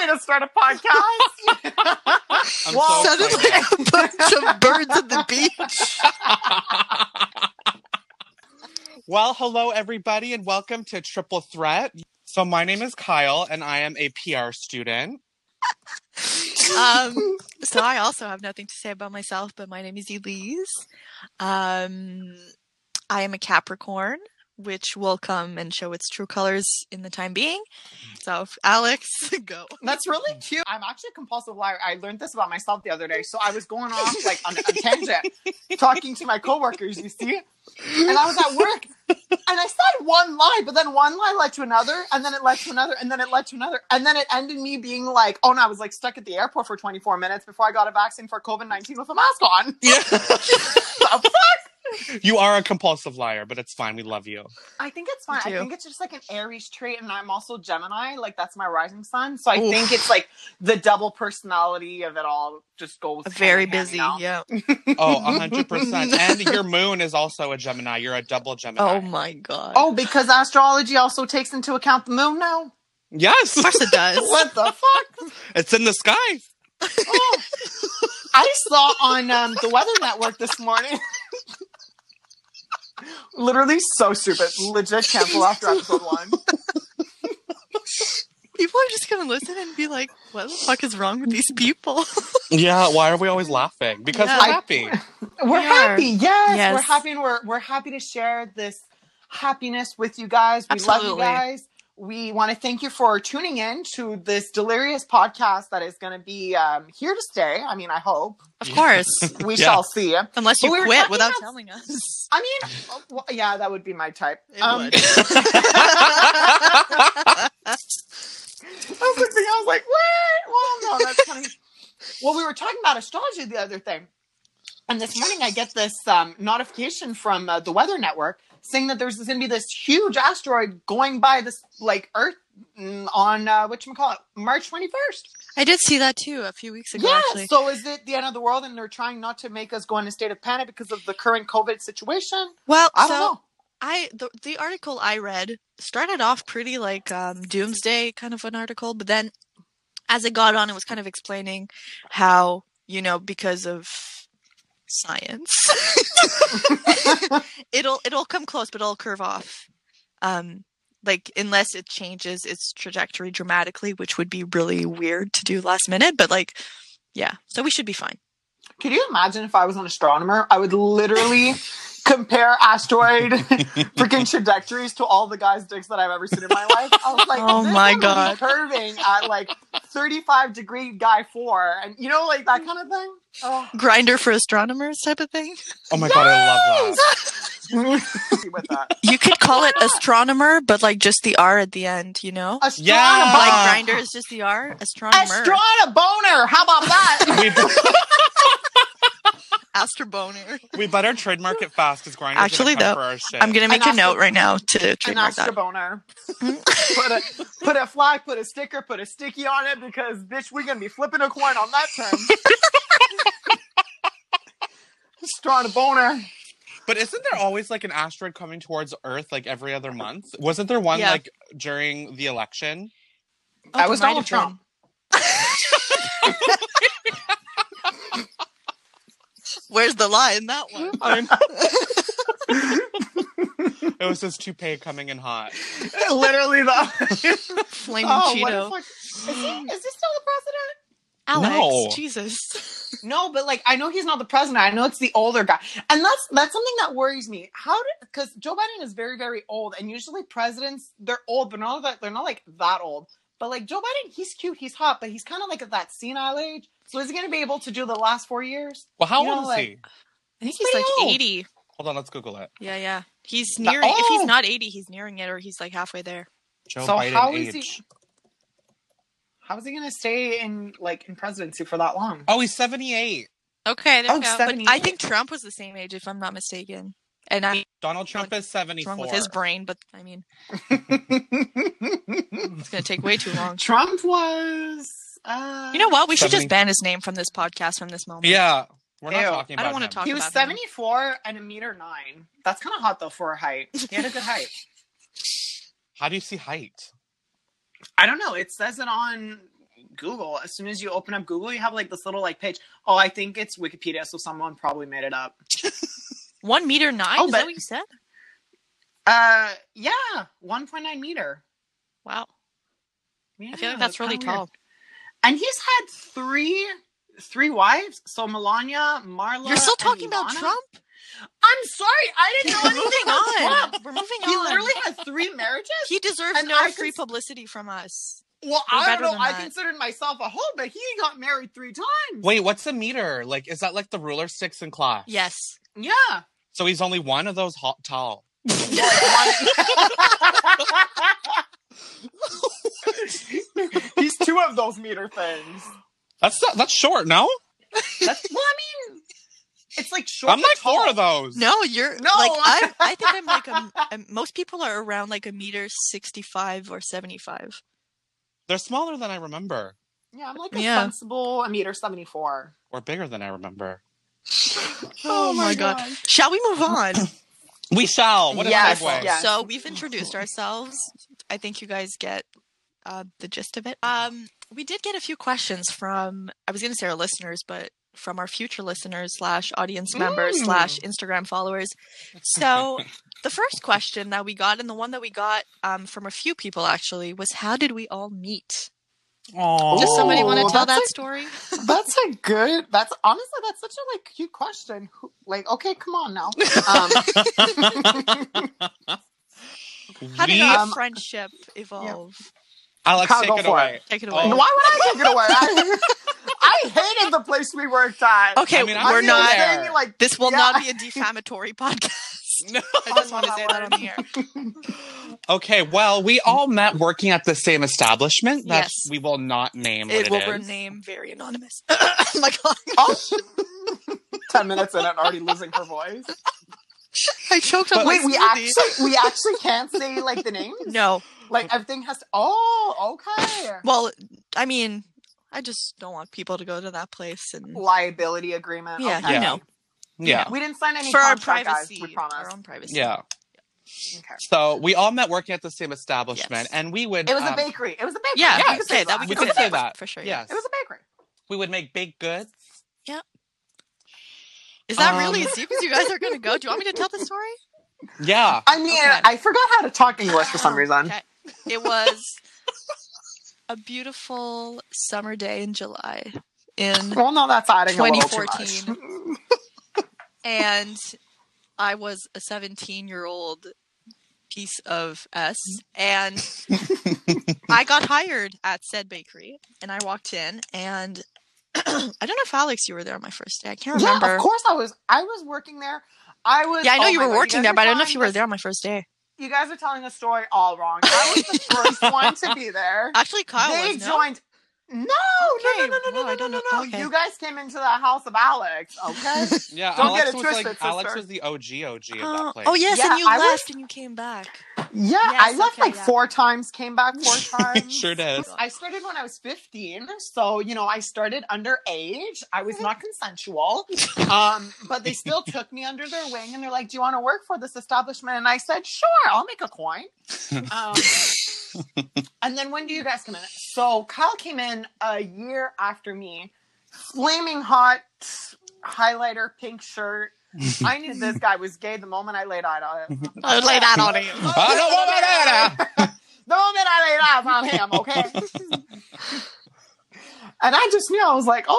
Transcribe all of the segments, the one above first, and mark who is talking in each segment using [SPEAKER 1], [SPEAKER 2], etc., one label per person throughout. [SPEAKER 1] gonna start a podcast.
[SPEAKER 2] I'm
[SPEAKER 1] Wow.
[SPEAKER 2] so
[SPEAKER 3] Sounded
[SPEAKER 2] excited.
[SPEAKER 3] like a bunch of birds at the beach.
[SPEAKER 2] Well, hello, everybody, and welcome to Triple Threat. So, my name is Kyle, and I am a PR student.
[SPEAKER 3] Um, so I also have nothing to say about myself, but my name is Elise. Um, I am a Capricorn, which will come and show its true colors in the time being. So Alex, go.
[SPEAKER 1] That's really cute. I'm actually a compulsive liar. I learned this about myself the other day. So I was going off like on a tangent, talking to my coworkers. You see, and I was at work, and I said one lie, but then one lie led to another, and then it led to another, and then it led to another, and then it ended me being like, "Oh no, I was like stuck at the airport for 24 minutes before I got a vaccine for COVID 19 with a mask on."
[SPEAKER 2] Yeah. you are a compulsive liar, but it's fine. We love you.
[SPEAKER 1] I think it's fine. I
[SPEAKER 3] too.
[SPEAKER 1] think it's just like an Aries trait, and I'm also Gemini. Like that's my rising sign, so I
[SPEAKER 3] Oof.
[SPEAKER 1] think it's like the double personality of it all just goes hand
[SPEAKER 3] Very
[SPEAKER 1] in hand,
[SPEAKER 3] busy.
[SPEAKER 1] you know?
[SPEAKER 3] Yeah.
[SPEAKER 2] Oh, 100%. and your moon is also a Gemini. You're a double Gemini.
[SPEAKER 3] Oh my god.
[SPEAKER 1] Oh, because astrology also takes into account the moon now.
[SPEAKER 2] Yes,
[SPEAKER 3] of course it does.
[SPEAKER 1] What the fuck?
[SPEAKER 2] it's in the sky.
[SPEAKER 1] Oh. I saw on um, the Weather Network this morning. Literally so stupid. Legit cancel after episode one.
[SPEAKER 3] People are just gonna listen and be like, "What the fuck is wrong with these people?"
[SPEAKER 2] Yeah, why are we always laughing? Because
[SPEAKER 3] Yeah.
[SPEAKER 2] we're happy.
[SPEAKER 1] We're
[SPEAKER 3] We are.
[SPEAKER 1] happy. Yes,
[SPEAKER 3] Yes.
[SPEAKER 1] we're happy and we're we're happy to share this happiness with you guys. We love
[SPEAKER 3] Absolutely.
[SPEAKER 1] you guys. We want to thank you for tuning in to this delirious podcast that is going to be um, here to stay. I mean, I hope
[SPEAKER 3] Of course,
[SPEAKER 1] we
[SPEAKER 2] Yeah.
[SPEAKER 1] shall see. I
[SPEAKER 3] unless you
[SPEAKER 1] But we were
[SPEAKER 3] quit
[SPEAKER 1] talking
[SPEAKER 3] without
[SPEAKER 1] about-
[SPEAKER 3] telling us.
[SPEAKER 1] mean, uh, well, yeah, that would be my type.
[SPEAKER 3] It
[SPEAKER 1] Um,
[SPEAKER 3] would.
[SPEAKER 1] I was like, I was like, what? Well, no, that's kind of. Well, we were talking about astrology the other thing, and this morning I get this um, notification from uh, the Weather Network saying that there's going to be this huge asteroid going by this like Earth mm, on uh, what you call it, March 21st.
[SPEAKER 3] I did see that too a few weeks ago.
[SPEAKER 1] yeah.
[SPEAKER 3] Actually,
[SPEAKER 1] So is it the end of the world, and they're trying not to make us go in a state of panic because of the current COVID situation?
[SPEAKER 3] well,
[SPEAKER 1] I
[SPEAKER 3] so
[SPEAKER 1] don't know.
[SPEAKER 3] I the the article I read started off pretty like um, doomsday kind of an article, but then as it got on, it was kind of explaining how you know because of science, it'll it'll come close, but it'll curve off. Um, like unless it changes its trajectory dramatically, which would be really weird to do last minute. But like, yeah, so we should be fine.
[SPEAKER 1] Could you imagine if I was an astronomer? I would literally compare asteroid freaking trajectories to all the guys' dicks that I've ever seen in my life. I was like,
[SPEAKER 3] Oh
[SPEAKER 1] this
[SPEAKER 3] my
[SPEAKER 1] one would be
[SPEAKER 3] God.
[SPEAKER 1] curving at like 35 degree guy four, and you know, like that kind of thing. Oh.
[SPEAKER 3] Grinder for astronomers type of thing.
[SPEAKER 2] Oh my god, I love that.
[SPEAKER 1] with that.
[SPEAKER 3] You could call it astronomer, but like just the R at the end, you know?
[SPEAKER 1] Astronomer.
[SPEAKER 2] Yeah.
[SPEAKER 3] Like
[SPEAKER 1] Uh,
[SPEAKER 2] Ah.
[SPEAKER 3] grinder is just the R. Astronomer.
[SPEAKER 1] Astronoboner. How about that?
[SPEAKER 2] We,
[SPEAKER 3] Astroboner.
[SPEAKER 2] we better trademark it fast because grinders
[SPEAKER 3] Actually,
[SPEAKER 2] are gonna
[SPEAKER 3] though,
[SPEAKER 2] come for our shit.
[SPEAKER 3] I'm gonna make
[SPEAKER 1] An
[SPEAKER 3] a note
[SPEAKER 1] astro-
[SPEAKER 3] right now to
[SPEAKER 1] An
[SPEAKER 3] trademark that.
[SPEAKER 1] astroboner. put a put a flag, put a sticker, put a sticky on it because bitch, we're gonna be flipping a coin on that term. Strong boner.
[SPEAKER 2] But isn't there always like an asteroid coming towards Earth like every other month? Wasn't there one
[SPEAKER 3] Yeah.
[SPEAKER 2] like during the election?
[SPEAKER 3] Oh,
[SPEAKER 1] That was
[SPEAKER 3] there might
[SPEAKER 1] Donald
[SPEAKER 3] have been.
[SPEAKER 1] Trump.
[SPEAKER 3] Where's the lie in that one?
[SPEAKER 2] It was his toupee coming in hot.
[SPEAKER 1] Literally though.
[SPEAKER 3] Flaming
[SPEAKER 1] Oh, what the
[SPEAKER 3] Cheeto.
[SPEAKER 1] fuck? Is he, is he still the president?
[SPEAKER 3] Alex,
[SPEAKER 2] No.
[SPEAKER 3] Jesus.
[SPEAKER 1] No, but like I know he's not the president. I know it's the older guy, and that's that's something that worries me. How did because Joe Biden is very very old, and usually presidents they're old, but not that they're not like that old. But like Joe Biden, he's cute, he's hot, but he's kind of like at that senile age. So is he going to be able to do the last four years?
[SPEAKER 2] Well, how
[SPEAKER 1] You
[SPEAKER 2] old
[SPEAKER 1] know,
[SPEAKER 2] is
[SPEAKER 1] like-
[SPEAKER 2] he?
[SPEAKER 3] I think
[SPEAKER 1] he's
[SPEAKER 3] he's like
[SPEAKER 1] pretty old.
[SPEAKER 3] 80.
[SPEAKER 2] Hold on, let's Google it.
[SPEAKER 3] Yeah, yeah. He's
[SPEAKER 1] No-
[SPEAKER 3] nearing. If
[SPEAKER 1] Oh.
[SPEAKER 3] he's not 80, he's nearing it, or he's like halfway there.
[SPEAKER 2] Joe
[SPEAKER 1] So
[SPEAKER 2] Biden
[SPEAKER 1] how
[SPEAKER 2] age.
[SPEAKER 1] is he- How is he going to stay in like in presidency for that long?
[SPEAKER 2] Oh, he's 78.
[SPEAKER 3] Okay, there
[SPEAKER 1] Oh,
[SPEAKER 3] you go. But
[SPEAKER 1] 78.
[SPEAKER 3] I think Trump was the same age, if I'm not mistaken. And I'm
[SPEAKER 2] Donald Trump is
[SPEAKER 3] wrong
[SPEAKER 2] 74.
[SPEAKER 3] with his brain, but I mean, it's gonna take way too long.
[SPEAKER 1] Trump was. Uh,
[SPEAKER 3] You know what? We should just
[SPEAKER 2] 70.
[SPEAKER 3] ban his name from this podcast from this moment.
[SPEAKER 2] Yeah, we're not
[SPEAKER 1] Ew.
[SPEAKER 2] talking
[SPEAKER 3] I
[SPEAKER 2] about
[SPEAKER 3] don't wanna
[SPEAKER 2] him.
[SPEAKER 3] talk-
[SPEAKER 1] He was
[SPEAKER 3] about him.
[SPEAKER 1] 74 and a meter nine. That's kind of hot though for a height. He had a good height.
[SPEAKER 2] How do you see height?
[SPEAKER 1] I don't know. It says it on Google. As soon as you open up Google, you have like this little like page. Oh, I think it's Wikipedia, so someone probably made it up.
[SPEAKER 3] One meter nine?
[SPEAKER 1] Oh,
[SPEAKER 3] Is
[SPEAKER 1] but-
[SPEAKER 3] that what you said?
[SPEAKER 1] Uh, yeah, one point nine meter.
[SPEAKER 3] Wow. I feel
[SPEAKER 1] Yeah,
[SPEAKER 3] like that's really
[SPEAKER 1] kinda weird.
[SPEAKER 3] tall.
[SPEAKER 1] And he's had three three wives. So Melania, Marla.
[SPEAKER 3] You're still
[SPEAKER 1] and
[SPEAKER 3] talking about
[SPEAKER 1] Ivana.
[SPEAKER 3] Trump?
[SPEAKER 1] I'm sorry, I didn't know
[SPEAKER 3] We're moving
[SPEAKER 1] anything about
[SPEAKER 3] on.
[SPEAKER 1] Trump.
[SPEAKER 3] We're moving
[SPEAKER 1] He
[SPEAKER 3] on.
[SPEAKER 1] literally had three marriages.
[SPEAKER 3] he deserves
[SPEAKER 1] and
[SPEAKER 3] no
[SPEAKER 1] I
[SPEAKER 3] free
[SPEAKER 1] cons-
[SPEAKER 3] publicity from us.
[SPEAKER 1] Well,
[SPEAKER 3] We're
[SPEAKER 1] I don't
[SPEAKER 3] better
[SPEAKER 1] know.
[SPEAKER 3] than
[SPEAKER 1] I
[SPEAKER 3] that.
[SPEAKER 1] considered myself a hoe, but he got married three times.
[SPEAKER 2] Wait, what's a meter? Like, is that like the ruler sticks in class?
[SPEAKER 3] Yes.
[SPEAKER 1] Yeah.
[SPEAKER 2] So he's only one of those hot, tall.
[SPEAKER 1] He's two of those meter things.
[SPEAKER 2] That's not, that's short. No,
[SPEAKER 1] That's, well, I mean, it's like short.
[SPEAKER 2] I'm like
[SPEAKER 1] but tall.
[SPEAKER 2] four of those.
[SPEAKER 3] No, you're
[SPEAKER 1] No.
[SPEAKER 3] like I. I think I'm like a, I'm- most people are around like a meter sixty-five or seventy-five.
[SPEAKER 2] they're smaller than I remember,
[SPEAKER 1] Yeah, I'm like a
[SPEAKER 3] Yeah.
[SPEAKER 1] sensible a meter seventy four.
[SPEAKER 2] or bigger than I remember.
[SPEAKER 3] Oh my God. Shall we move on?
[SPEAKER 2] We shall. What
[SPEAKER 1] Yes,
[SPEAKER 2] a segue.
[SPEAKER 1] yes.
[SPEAKER 3] So we've introduced ourselves. I think you guys get uh, the gist of it. Um, we did get a few questions from. I was going to say our listeners, but from our future listeners slash audience members
[SPEAKER 2] Mm.
[SPEAKER 3] slash Instagram followers. So the first question that we got, and the one that we got um, from a few people actually, was how did we all meet?
[SPEAKER 2] Aw.
[SPEAKER 3] Does somebody want
[SPEAKER 2] Oh,
[SPEAKER 1] Ooh,
[SPEAKER 3] to tell
[SPEAKER 1] that's
[SPEAKER 3] that
[SPEAKER 1] a-
[SPEAKER 3] story?
[SPEAKER 1] That's a good. That's honestly, that's such a like cute question. Who- Like, okay, come on now. Um,
[SPEAKER 3] How did
[SPEAKER 2] We-
[SPEAKER 3] our
[SPEAKER 1] Um,
[SPEAKER 3] friendship evolve?
[SPEAKER 2] Alex,
[SPEAKER 1] Kyle,
[SPEAKER 2] take
[SPEAKER 1] go
[SPEAKER 2] it
[SPEAKER 1] for
[SPEAKER 2] away.
[SPEAKER 1] it.
[SPEAKER 3] Take it
[SPEAKER 2] Oh.
[SPEAKER 3] away.
[SPEAKER 1] why would I take it away? I, I hated the place we worked at.
[SPEAKER 3] Okay,
[SPEAKER 2] I mean, I'm
[SPEAKER 1] I
[SPEAKER 3] we're
[SPEAKER 1] mean,
[SPEAKER 3] not.
[SPEAKER 2] there.
[SPEAKER 1] saying, Like,
[SPEAKER 3] This will
[SPEAKER 1] Yeah.
[SPEAKER 3] not be a defamatory podcast.
[SPEAKER 2] No.
[SPEAKER 3] I just want to say that on the air.
[SPEAKER 2] Okay, well, we all met working at the same establishment. That
[SPEAKER 3] Yes.
[SPEAKER 2] we will not name what
[SPEAKER 3] It will
[SPEAKER 2] is.
[SPEAKER 3] remain very anonymous. oh my god,
[SPEAKER 1] oh, ten minutes in and already losing her voice.
[SPEAKER 3] I choked on
[SPEAKER 2] But-
[SPEAKER 3] my
[SPEAKER 1] Wait, we
[SPEAKER 3] smoothie.
[SPEAKER 1] actually we actually can't say like the names.
[SPEAKER 3] no.
[SPEAKER 1] Like everything has to. Oh, okay.
[SPEAKER 3] Well, I mean, I just don't want people to go to that place and
[SPEAKER 1] Liability agreement.
[SPEAKER 3] yeah,
[SPEAKER 1] okay.
[SPEAKER 3] you
[SPEAKER 2] Yeah.
[SPEAKER 3] know,
[SPEAKER 2] yeah.
[SPEAKER 1] We didn't sign any
[SPEAKER 3] for our
[SPEAKER 1] contract, guys,
[SPEAKER 3] privacy,
[SPEAKER 1] we promise.
[SPEAKER 3] our own privacy.
[SPEAKER 2] Yeah.
[SPEAKER 1] Okay.
[SPEAKER 2] So we all met working at the same establishment,
[SPEAKER 3] Yes.
[SPEAKER 2] and we would.
[SPEAKER 1] It was a
[SPEAKER 2] um,
[SPEAKER 1] bakery. It was a bakery.
[SPEAKER 3] yeah.
[SPEAKER 1] We
[SPEAKER 2] Yes.
[SPEAKER 1] could say
[SPEAKER 3] okay, that we
[SPEAKER 2] We
[SPEAKER 3] could
[SPEAKER 2] could
[SPEAKER 3] say,
[SPEAKER 2] say that.
[SPEAKER 3] for sure.
[SPEAKER 2] Yes.
[SPEAKER 1] It was a bakery.
[SPEAKER 2] we would make baked goods.
[SPEAKER 3] Is that
[SPEAKER 2] Um,
[SPEAKER 3] really as deep as you guys are going to go? Do you want me to tell the story?
[SPEAKER 2] Yeah.
[SPEAKER 1] I mean,
[SPEAKER 3] Okay.
[SPEAKER 1] I forgot how to talk English for some reason.
[SPEAKER 3] Okay. It was a beautiful summer day in July in
[SPEAKER 1] Well, no, that's adding 2014.
[SPEAKER 3] 2014. and I was a 17 year old piece of S. And I got hired at said bakery. And I walked in, and I don't know if Alex, you were there on my first day. I can't
[SPEAKER 1] Yeah,
[SPEAKER 3] remember.
[SPEAKER 1] of course I was. I was working there. I was.
[SPEAKER 3] Yeah, I know
[SPEAKER 1] oh
[SPEAKER 3] you
[SPEAKER 1] my
[SPEAKER 3] were
[SPEAKER 1] God,
[SPEAKER 3] working
[SPEAKER 1] guys
[SPEAKER 3] there,
[SPEAKER 1] are
[SPEAKER 3] but I don't know
[SPEAKER 1] telling
[SPEAKER 3] if you were
[SPEAKER 1] this-
[SPEAKER 3] there on my first day.
[SPEAKER 1] You guys are telling the story all wrong. I was the first one to be there.
[SPEAKER 3] Actually, Kyle
[SPEAKER 1] they
[SPEAKER 3] was. No?
[SPEAKER 1] joined. No, no, no,
[SPEAKER 3] Okay,
[SPEAKER 1] no, no,
[SPEAKER 3] wow,
[SPEAKER 1] no,
[SPEAKER 3] I
[SPEAKER 1] no,
[SPEAKER 3] don't
[SPEAKER 1] no,
[SPEAKER 3] know-
[SPEAKER 1] no.
[SPEAKER 3] okay.
[SPEAKER 1] You guys came into the house of Alex, okay?
[SPEAKER 2] Yeah.
[SPEAKER 1] Don't
[SPEAKER 2] Alex
[SPEAKER 1] get it
[SPEAKER 2] was
[SPEAKER 1] twisted,
[SPEAKER 2] like Alex
[SPEAKER 1] sister. Uh,
[SPEAKER 2] was the OG OG of
[SPEAKER 3] Oh,
[SPEAKER 2] that place.
[SPEAKER 3] oh, yes,
[SPEAKER 1] Yeah,
[SPEAKER 3] and you
[SPEAKER 1] I was-
[SPEAKER 3] left and you came back.
[SPEAKER 1] Yeah,
[SPEAKER 3] Yes,
[SPEAKER 1] I left
[SPEAKER 3] okay,
[SPEAKER 1] like
[SPEAKER 3] yeah.
[SPEAKER 1] four times, came back four times.
[SPEAKER 2] sure did.
[SPEAKER 1] I started when I was 15, so you know, I started underage. I was not consensual. Um, but they still took me under their wing and they're like, Do you want to work for this establishment? And I said, Sure, I'll make a coin. Um, and then when do you guys come in? So Kyle came in a year after me, flaming hot highlighter, pink shirt. I knew this guy was gay the moment I laid eyes on him.
[SPEAKER 3] I would lay that on you.
[SPEAKER 2] I don't want that, Anna.
[SPEAKER 1] The moment I laid eyes on him, okay? and I just knew I was like, okay.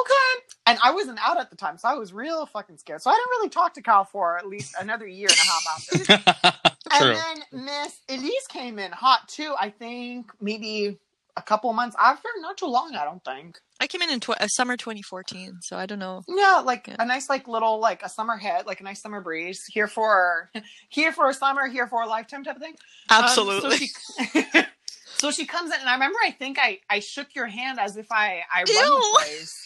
[SPEAKER 1] And I wasn't out at the time, so I was real fucking scared. So I didn't really talk to Kyle for at least another year and a half after.
[SPEAKER 2] True.
[SPEAKER 1] And then Miss Elise came in hot too, I think maybe a couple months after, not too long, I don't think.
[SPEAKER 3] I came in in tw- uh, summer 2014, so I don't know.
[SPEAKER 1] Yeah, like
[SPEAKER 3] Yeah.
[SPEAKER 1] a nice like little like a summer hit, like a nice summer breeze. Here for here for a summer, here for a lifetime type of thing. Um, so she- so she comes in, and I remember I think I I shook your hand as if I I run the
[SPEAKER 3] Ew.
[SPEAKER 1] place.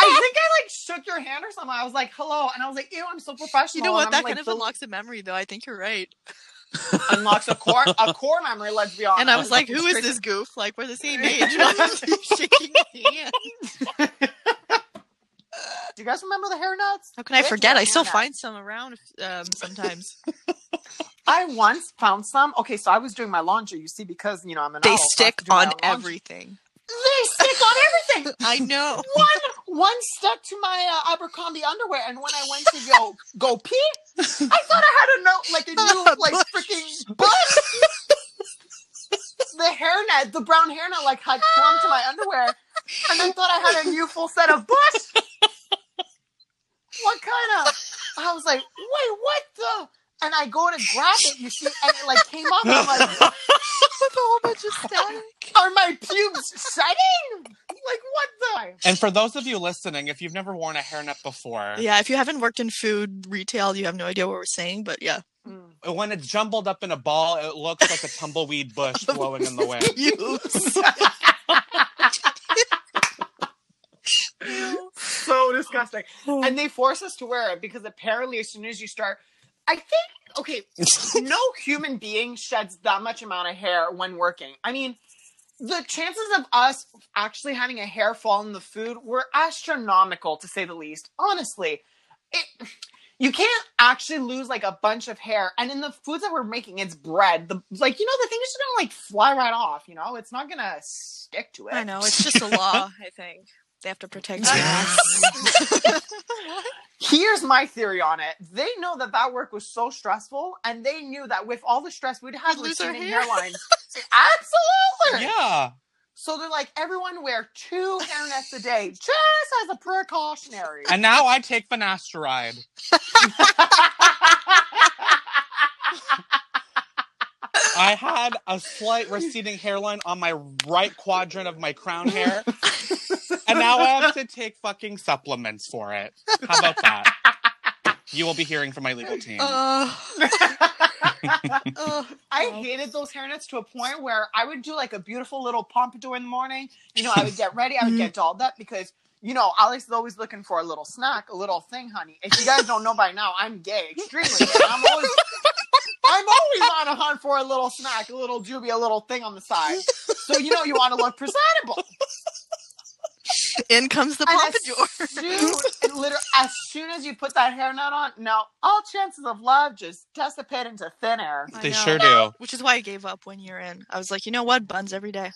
[SPEAKER 1] I think I like shook your hand or something. I was like, "Hello," and I was like, "Ew, I'm so professional."
[SPEAKER 3] you know what?
[SPEAKER 1] And I'm
[SPEAKER 3] That
[SPEAKER 1] like,
[SPEAKER 3] kind of
[SPEAKER 1] the-
[SPEAKER 3] unlocks a memory, though. I think you're right.
[SPEAKER 1] unlocks a core a core memory. Let's be honest.
[SPEAKER 3] And I was like, who is
[SPEAKER 1] It's
[SPEAKER 3] this goof? Like, we're the same age. Shaking hands.
[SPEAKER 1] crazy. Do you guys remember the hair nuts?
[SPEAKER 3] How can I
[SPEAKER 1] Bitch,
[SPEAKER 3] forget?
[SPEAKER 1] the
[SPEAKER 3] I still
[SPEAKER 1] hair nuts.
[SPEAKER 3] find some around um, sometimes.
[SPEAKER 1] I once found some. Okay, so I was doing my laundry. You see, because you know I'm an
[SPEAKER 3] they
[SPEAKER 1] adult, so I have
[SPEAKER 3] stick
[SPEAKER 1] to do my
[SPEAKER 3] on
[SPEAKER 1] own laundry.
[SPEAKER 3] everything.
[SPEAKER 1] They lipstick on everything.
[SPEAKER 3] I know.
[SPEAKER 1] One one stuck to my uh, Abercrombie underwear, and when I went to go go pee, I thought I had a note like a new like freaking bush. the hairnet, the brown hairnet, like had clung to my underwear, and I thought I had a new full set of bush. What kind of? I was like, wait, what the? And I go to grab it, you see, and it like came up. I'm like,
[SPEAKER 3] With a whole bunch of static.
[SPEAKER 1] are my pubes setting? Like what the?
[SPEAKER 2] And for those of you listening, if you've never worn a hairnet before,
[SPEAKER 3] Yeah, if you haven't worked in food retail, you have no idea what we're saying, but yeah.
[SPEAKER 2] when it's jumbled up in a ball, it looks like a tumbleweed bush blowing in the wind.
[SPEAKER 3] You.
[SPEAKER 1] so disgusting. And they force us to wear it because apparently, as soon as you start, I think okay, no human being sheds that much amount of hair when working. I mean, the chances of us actually having a hair fall in the food were astronomical, to say the least. Honestly, it. You can't actually lose like a bunch of hair, and in the foods that we're making, it's bread. The like, you know, the thing is just gonna like fly right off. You know, it's not gonna stick to it.
[SPEAKER 3] I know, it's just a law, I think. They have to protect you.
[SPEAKER 1] Here's my theory on it. They know that that work was so stressful, and they knew that with all the stress, we'd have
[SPEAKER 3] We'd lose our
[SPEAKER 1] receding
[SPEAKER 3] hair.
[SPEAKER 1] hairlines. Absolutely.
[SPEAKER 2] yeah.
[SPEAKER 1] So they're like, everyone wear two hairnets a day, just as a precautionary.
[SPEAKER 2] And now I take finasteride. I had a slight receding hairline on my right quadrant of my crown hair. and now I have to take fucking supplements for it. How about that? You will be hearing from my legal team.
[SPEAKER 3] Uh, uh,
[SPEAKER 1] I hated those hairnets to a point where I would do like a beautiful little pompadour in the morning. You know, I would get ready, I
[SPEAKER 3] Mm-hmm.
[SPEAKER 1] would get dolled up because you know Alex is always looking for a little snack, a little thing, honey. If you guys don't know by now, I'm gay, extremely gay. I'm always I'm always on a hunt for a little snack, a little doobie, a little thing on the side. So you know you want to look presentable.
[SPEAKER 3] in comes the
[SPEAKER 1] And
[SPEAKER 3] pompadour.
[SPEAKER 1] As soon, it literally, as soon as you put that hairnet on, now all chances of love just dissipate into thin air.
[SPEAKER 3] I
[SPEAKER 2] they
[SPEAKER 3] know.
[SPEAKER 2] sure do.
[SPEAKER 3] Which is why I gave up one year in. I was like, you know what? Buns every day.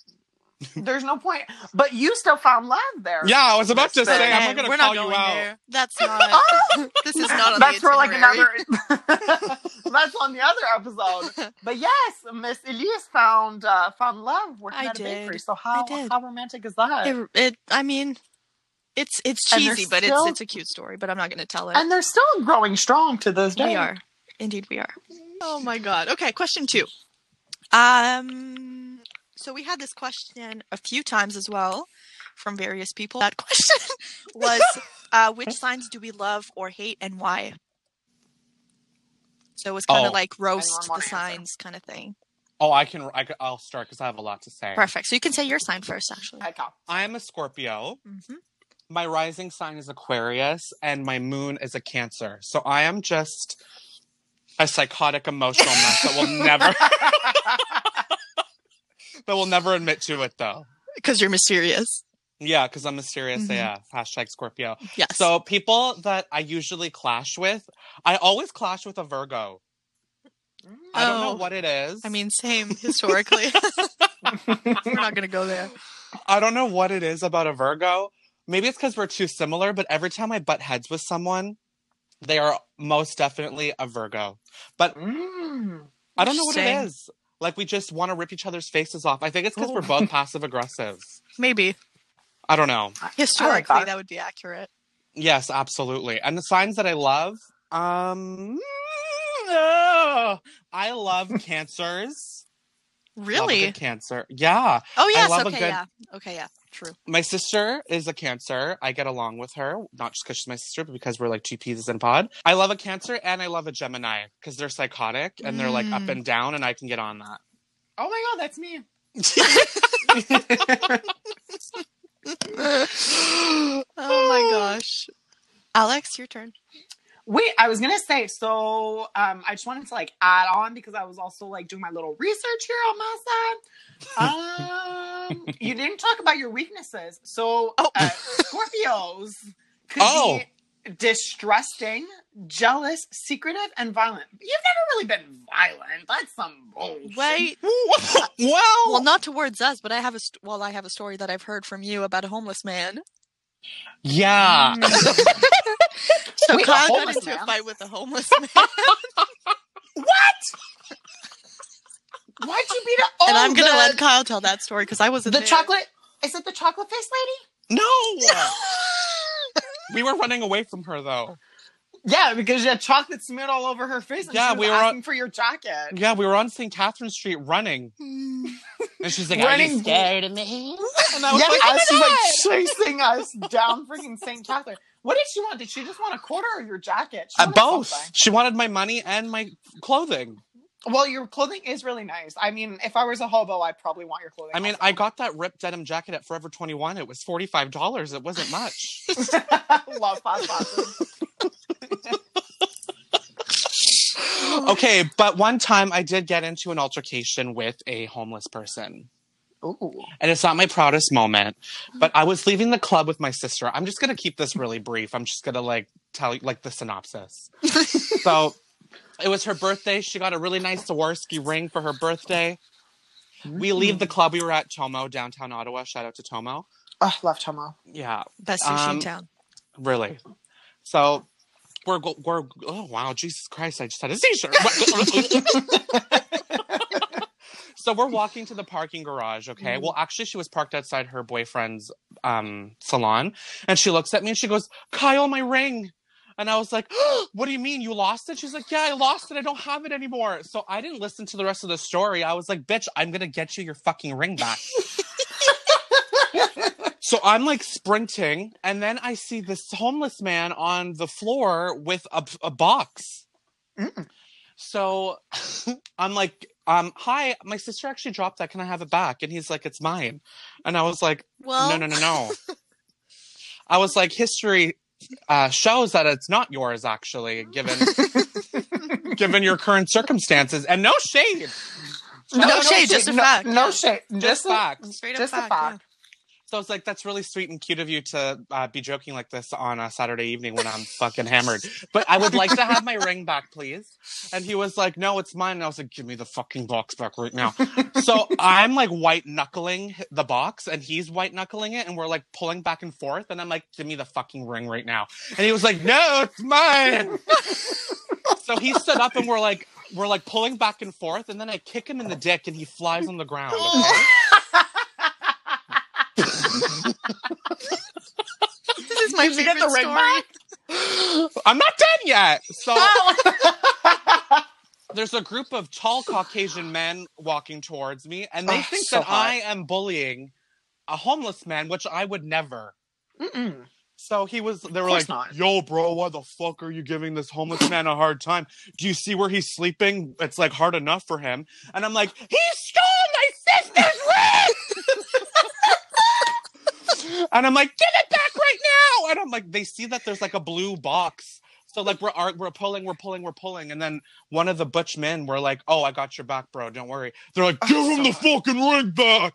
[SPEAKER 1] There's no point. But you still found love there.
[SPEAKER 2] Yeah, I was about to
[SPEAKER 1] That's
[SPEAKER 2] say,
[SPEAKER 1] fair.
[SPEAKER 2] I'm not
[SPEAKER 3] We're
[SPEAKER 2] going to call you
[SPEAKER 3] going
[SPEAKER 2] out.
[SPEAKER 3] there. That's not. this is not on
[SPEAKER 1] Oh,
[SPEAKER 3] the
[SPEAKER 1] that's for like
[SPEAKER 3] itinerary.
[SPEAKER 1] another that's on the other episode but yes miss elise found uh found love working
[SPEAKER 3] I
[SPEAKER 1] at a
[SPEAKER 3] did.
[SPEAKER 1] bakery so how
[SPEAKER 3] did.
[SPEAKER 1] how romantic is that
[SPEAKER 3] It, it, I mean, it's it's
[SPEAKER 1] And they're
[SPEAKER 3] cheesy, but it's
[SPEAKER 1] still-
[SPEAKER 3] it's a cute story. But I'm not going to tell it.
[SPEAKER 1] and they're still growing strong to this day
[SPEAKER 3] we are, indeed, we are. Oh my god. Okay, question two. Um, so we had this question a few times as well from various people. That question was, uh, which signs do we love or hate, and why? So it was kind of
[SPEAKER 2] Oh.
[SPEAKER 3] like roast the
[SPEAKER 1] wanna answer?
[SPEAKER 3] signs kind of thing.
[SPEAKER 2] Oh, I can, I, will start because I have a lot to say.
[SPEAKER 3] Perfect. So you can say your sign first, actually.
[SPEAKER 1] Heck, Al.
[SPEAKER 2] I am a Scorpio.
[SPEAKER 3] Mhm.
[SPEAKER 2] my rising sign is Aquarius and my moon is a Cancer. So I am just a psychotic emotional mess that will never that will never admit to it though.
[SPEAKER 3] Because you're mysterious.
[SPEAKER 2] Yeah, because I'm mysterious
[SPEAKER 3] Mhm.
[SPEAKER 2] AF. Hashtag Scorpio.
[SPEAKER 3] Yes.
[SPEAKER 2] So people that I usually clash with, I always clash with a Virgo. I don't know
[SPEAKER 3] Oh.
[SPEAKER 2] what it is.
[SPEAKER 3] I mean, same historically.
[SPEAKER 1] Mm.
[SPEAKER 3] We're not going to go there.
[SPEAKER 2] I don't know what it is about a Virgo. Maybe it's because we're too similar, but every time I butt heads with someone, they are most definitely a Virgo.
[SPEAKER 1] Mm.
[SPEAKER 2] I don't know what it
[SPEAKER 3] Interesting. Oh.
[SPEAKER 2] is. Like we just want to rip each other's faces off. I think it's because we're both passive aggressive.
[SPEAKER 3] Maybe
[SPEAKER 2] I don't know.
[SPEAKER 3] historically
[SPEAKER 1] that.
[SPEAKER 3] that would be accurate.
[SPEAKER 2] Yes, absolutely. And the signs that I love, um, oh, I love cancers. Love a
[SPEAKER 3] Really?
[SPEAKER 2] good cancer. Yeah,
[SPEAKER 3] oh yes.
[SPEAKER 2] love a
[SPEAKER 3] Okay.
[SPEAKER 2] good-
[SPEAKER 3] Yeah. Okay. Yeah. True.
[SPEAKER 2] my sister is a cancer. I get along with her, not just because she's my sister, but because we're like two peas in a pod. I love a cancer and I love a Gemini because they're psychotic and they're like up
[SPEAKER 3] Mm.
[SPEAKER 2] and down, and I can get on that.
[SPEAKER 1] oh my god that's me
[SPEAKER 3] oh my gosh. Alex, your turn.
[SPEAKER 1] Wait, I was gonna say, so um I just wanted to like add on because I was also like doing my little research here on my side. Um you didn't talk about your weaknesses. So
[SPEAKER 3] Oh.
[SPEAKER 1] uh, Scorpios could
[SPEAKER 2] Oh.
[SPEAKER 1] be distrusting, jealous, secretive, and violent. You've never really been violent. That's some bullshit.
[SPEAKER 3] Wait.
[SPEAKER 2] well,
[SPEAKER 3] Well, not towards us, but I have a st- well, I have a story that I've heard from you about a homeless man.
[SPEAKER 2] yeah.
[SPEAKER 3] Ah. So
[SPEAKER 1] Wait, a
[SPEAKER 3] Kyle got
[SPEAKER 1] homeless
[SPEAKER 3] into a Oh,
[SPEAKER 1] man?
[SPEAKER 3] fight with a homeless man,
[SPEAKER 1] Why'd you beat up? Oh,
[SPEAKER 3] and I'm gonna
[SPEAKER 1] the,
[SPEAKER 3] let Kyle tell that story because I wasn't
[SPEAKER 1] the
[SPEAKER 3] there.
[SPEAKER 1] chocolate. Is it the chocolate face lady?
[SPEAKER 2] No. we were running away from her though.
[SPEAKER 1] Yeah, because you had chocolate smeared all over her face. And
[SPEAKER 2] Yeah,
[SPEAKER 1] she was
[SPEAKER 2] we were
[SPEAKER 1] asking for your jacket.
[SPEAKER 2] Yeah, we were on St. Catherine Street running,
[SPEAKER 3] Hmm.
[SPEAKER 2] and she's like, "Are
[SPEAKER 1] Running-
[SPEAKER 2] you scared of me?" And I was
[SPEAKER 1] yeah,
[SPEAKER 2] like,
[SPEAKER 1] as she's like chasing us down freaking St. Catherine. What did she want? Did she just want a quarter or your jacket? She
[SPEAKER 2] Uh,
[SPEAKER 1] wanted
[SPEAKER 2] both.
[SPEAKER 1] something.
[SPEAKER 2] She wanted my money and my clothing.
[SPEAKER 1] Well, your clothing is really nice. I mean, if I was a hobo, I'd probably want your clothing.
[SPEAKER 2] I mean, I got that ripped denim jacket at Forever 21. It was $45. It wasn't much.
[SPEAKER 1] I love fast fashion.
[SPEAKER 2] okay, but one time I did get into an altercation with a homeless person.
[SPEAKER 1] Ooh.
[SPEAKER 2] And it's not my proudest moment, but I was leaving the club with my sister. I'm just going to keep this really brief. I'm just going to like tell you like the synopsis. so it was her birthday. She got a really nice Swarovski ring for her birthday. We leave the club. We were at Tomo, downtown Ottawa. Shout out to Tomo.
[SPEAKER 1] Oh, left homo.
[SPEAKER 2] Yeah.
[SPEAKER 3] Best sushi
[SPEAKER 2] Um,
[SPEAKER 3] in town.
[SPEAKER 2] Really? So we're go- we're oh wow Jesus Christ! I just had a seizure. so we're walking to the parking garage. Okay. Well, actually, she was parked outside her boyfriend's um, salon, and she looks at me and she goes, "Kyle, my ring." And I was like, "What do you mean you lost it?" She's like, "Yeah, I lost it. I don't have it anymore." So I didn't listen to the rest of the story. I was like, "Bitch, I'm gonna get you your fucking ring back." So I'm like sprinting, and then I see this homeless man on the floor with a, a box.
[SPEAKER 1] Mm-mm.
[SPEAKER 2] So I'm like, um, hi, my sister actually dropped that. Can I have it back? And he's like, it's mine. And I was like,
[SPEAKER 3] Well,
[SPEAKER 2] no, no, no, no. I was like, history uh, shows that it's not yours, actually, given given your current circumstances. And no shade,
[SPEAKER 3] No shade, just a
[SPEAKER 1] no,
[SPEAKER 3] fact.
[SPEAKER 1] No
[SPEAKER 3] Yeah.
[SPEAKER 1] shade,
[SPEAKER 2] just
[SPEAKER 1] just a,
[SPEAKER 2] facts.
[SPEAKER 3] straight up
[SPEAKER 1] just a
[SPEAKER 3] fact, yeah.
[SPEAKER 1] fact.
[SPEAKER 2] So it's like that's really sweet and cute of you to uh, be joking like this on a Saturday evening when I'm fucking hammered. But I would like to have my ring back, please. And he was like, "No, it's mine." And I was like, "Give me the fucking box back right now." so I'm like white knuckling the box, and he's white knuckling it, and we're like pulling back and forth. And I'm like, "Give me the fucking ring right now." And he was like, "No, it's mine." so he stood up, and we're like, we're like pulling back and forth, and then I kick him in the dick, and he flies on the ground. okay?
[SPEAKER 3] This is my
[SPEAKER 1] Did you get
[SPEAKER 3] favorite
[SPEAKER 1] the ring
[SPEAKER 3] story.
[SPEAKER 1] back?
[SPEAKER 2] I'm not done yet. So
[SPEAKER 1] Oh.
[SPEAKER 2] there's a group of tall Caucasian men walking towards me, and they
[SPEAKER 1] Ugh,
[SPEAKER 2] think
[SPEAKER 1] so
[SPEAKER 2] that I am bullying a homeless man, which I would never.
[SPEAKER 1] Mm-mm.
[SPEAKER 2] So he was. They were
[SPEAKER 1] course
[SPEAKER 2] like,
[SPEAKER 1] not.
[SPEAKER 2] "Yo, bro, why the fuck are you giving this homeless man a hard time? Do you see where he's sleeping? It's like hard enough for him." And I'm like, "He stole my sister's ring!" and I'm like, "Give it back right now!" And I'm like, they see that there's like a blue box. So like we're ar- we're pulling, we're pulling, we're pulling, and then one of the butch men were like, "Oh, I got your back, bro. Don't worry." They're like, "Give him the fucking ring back."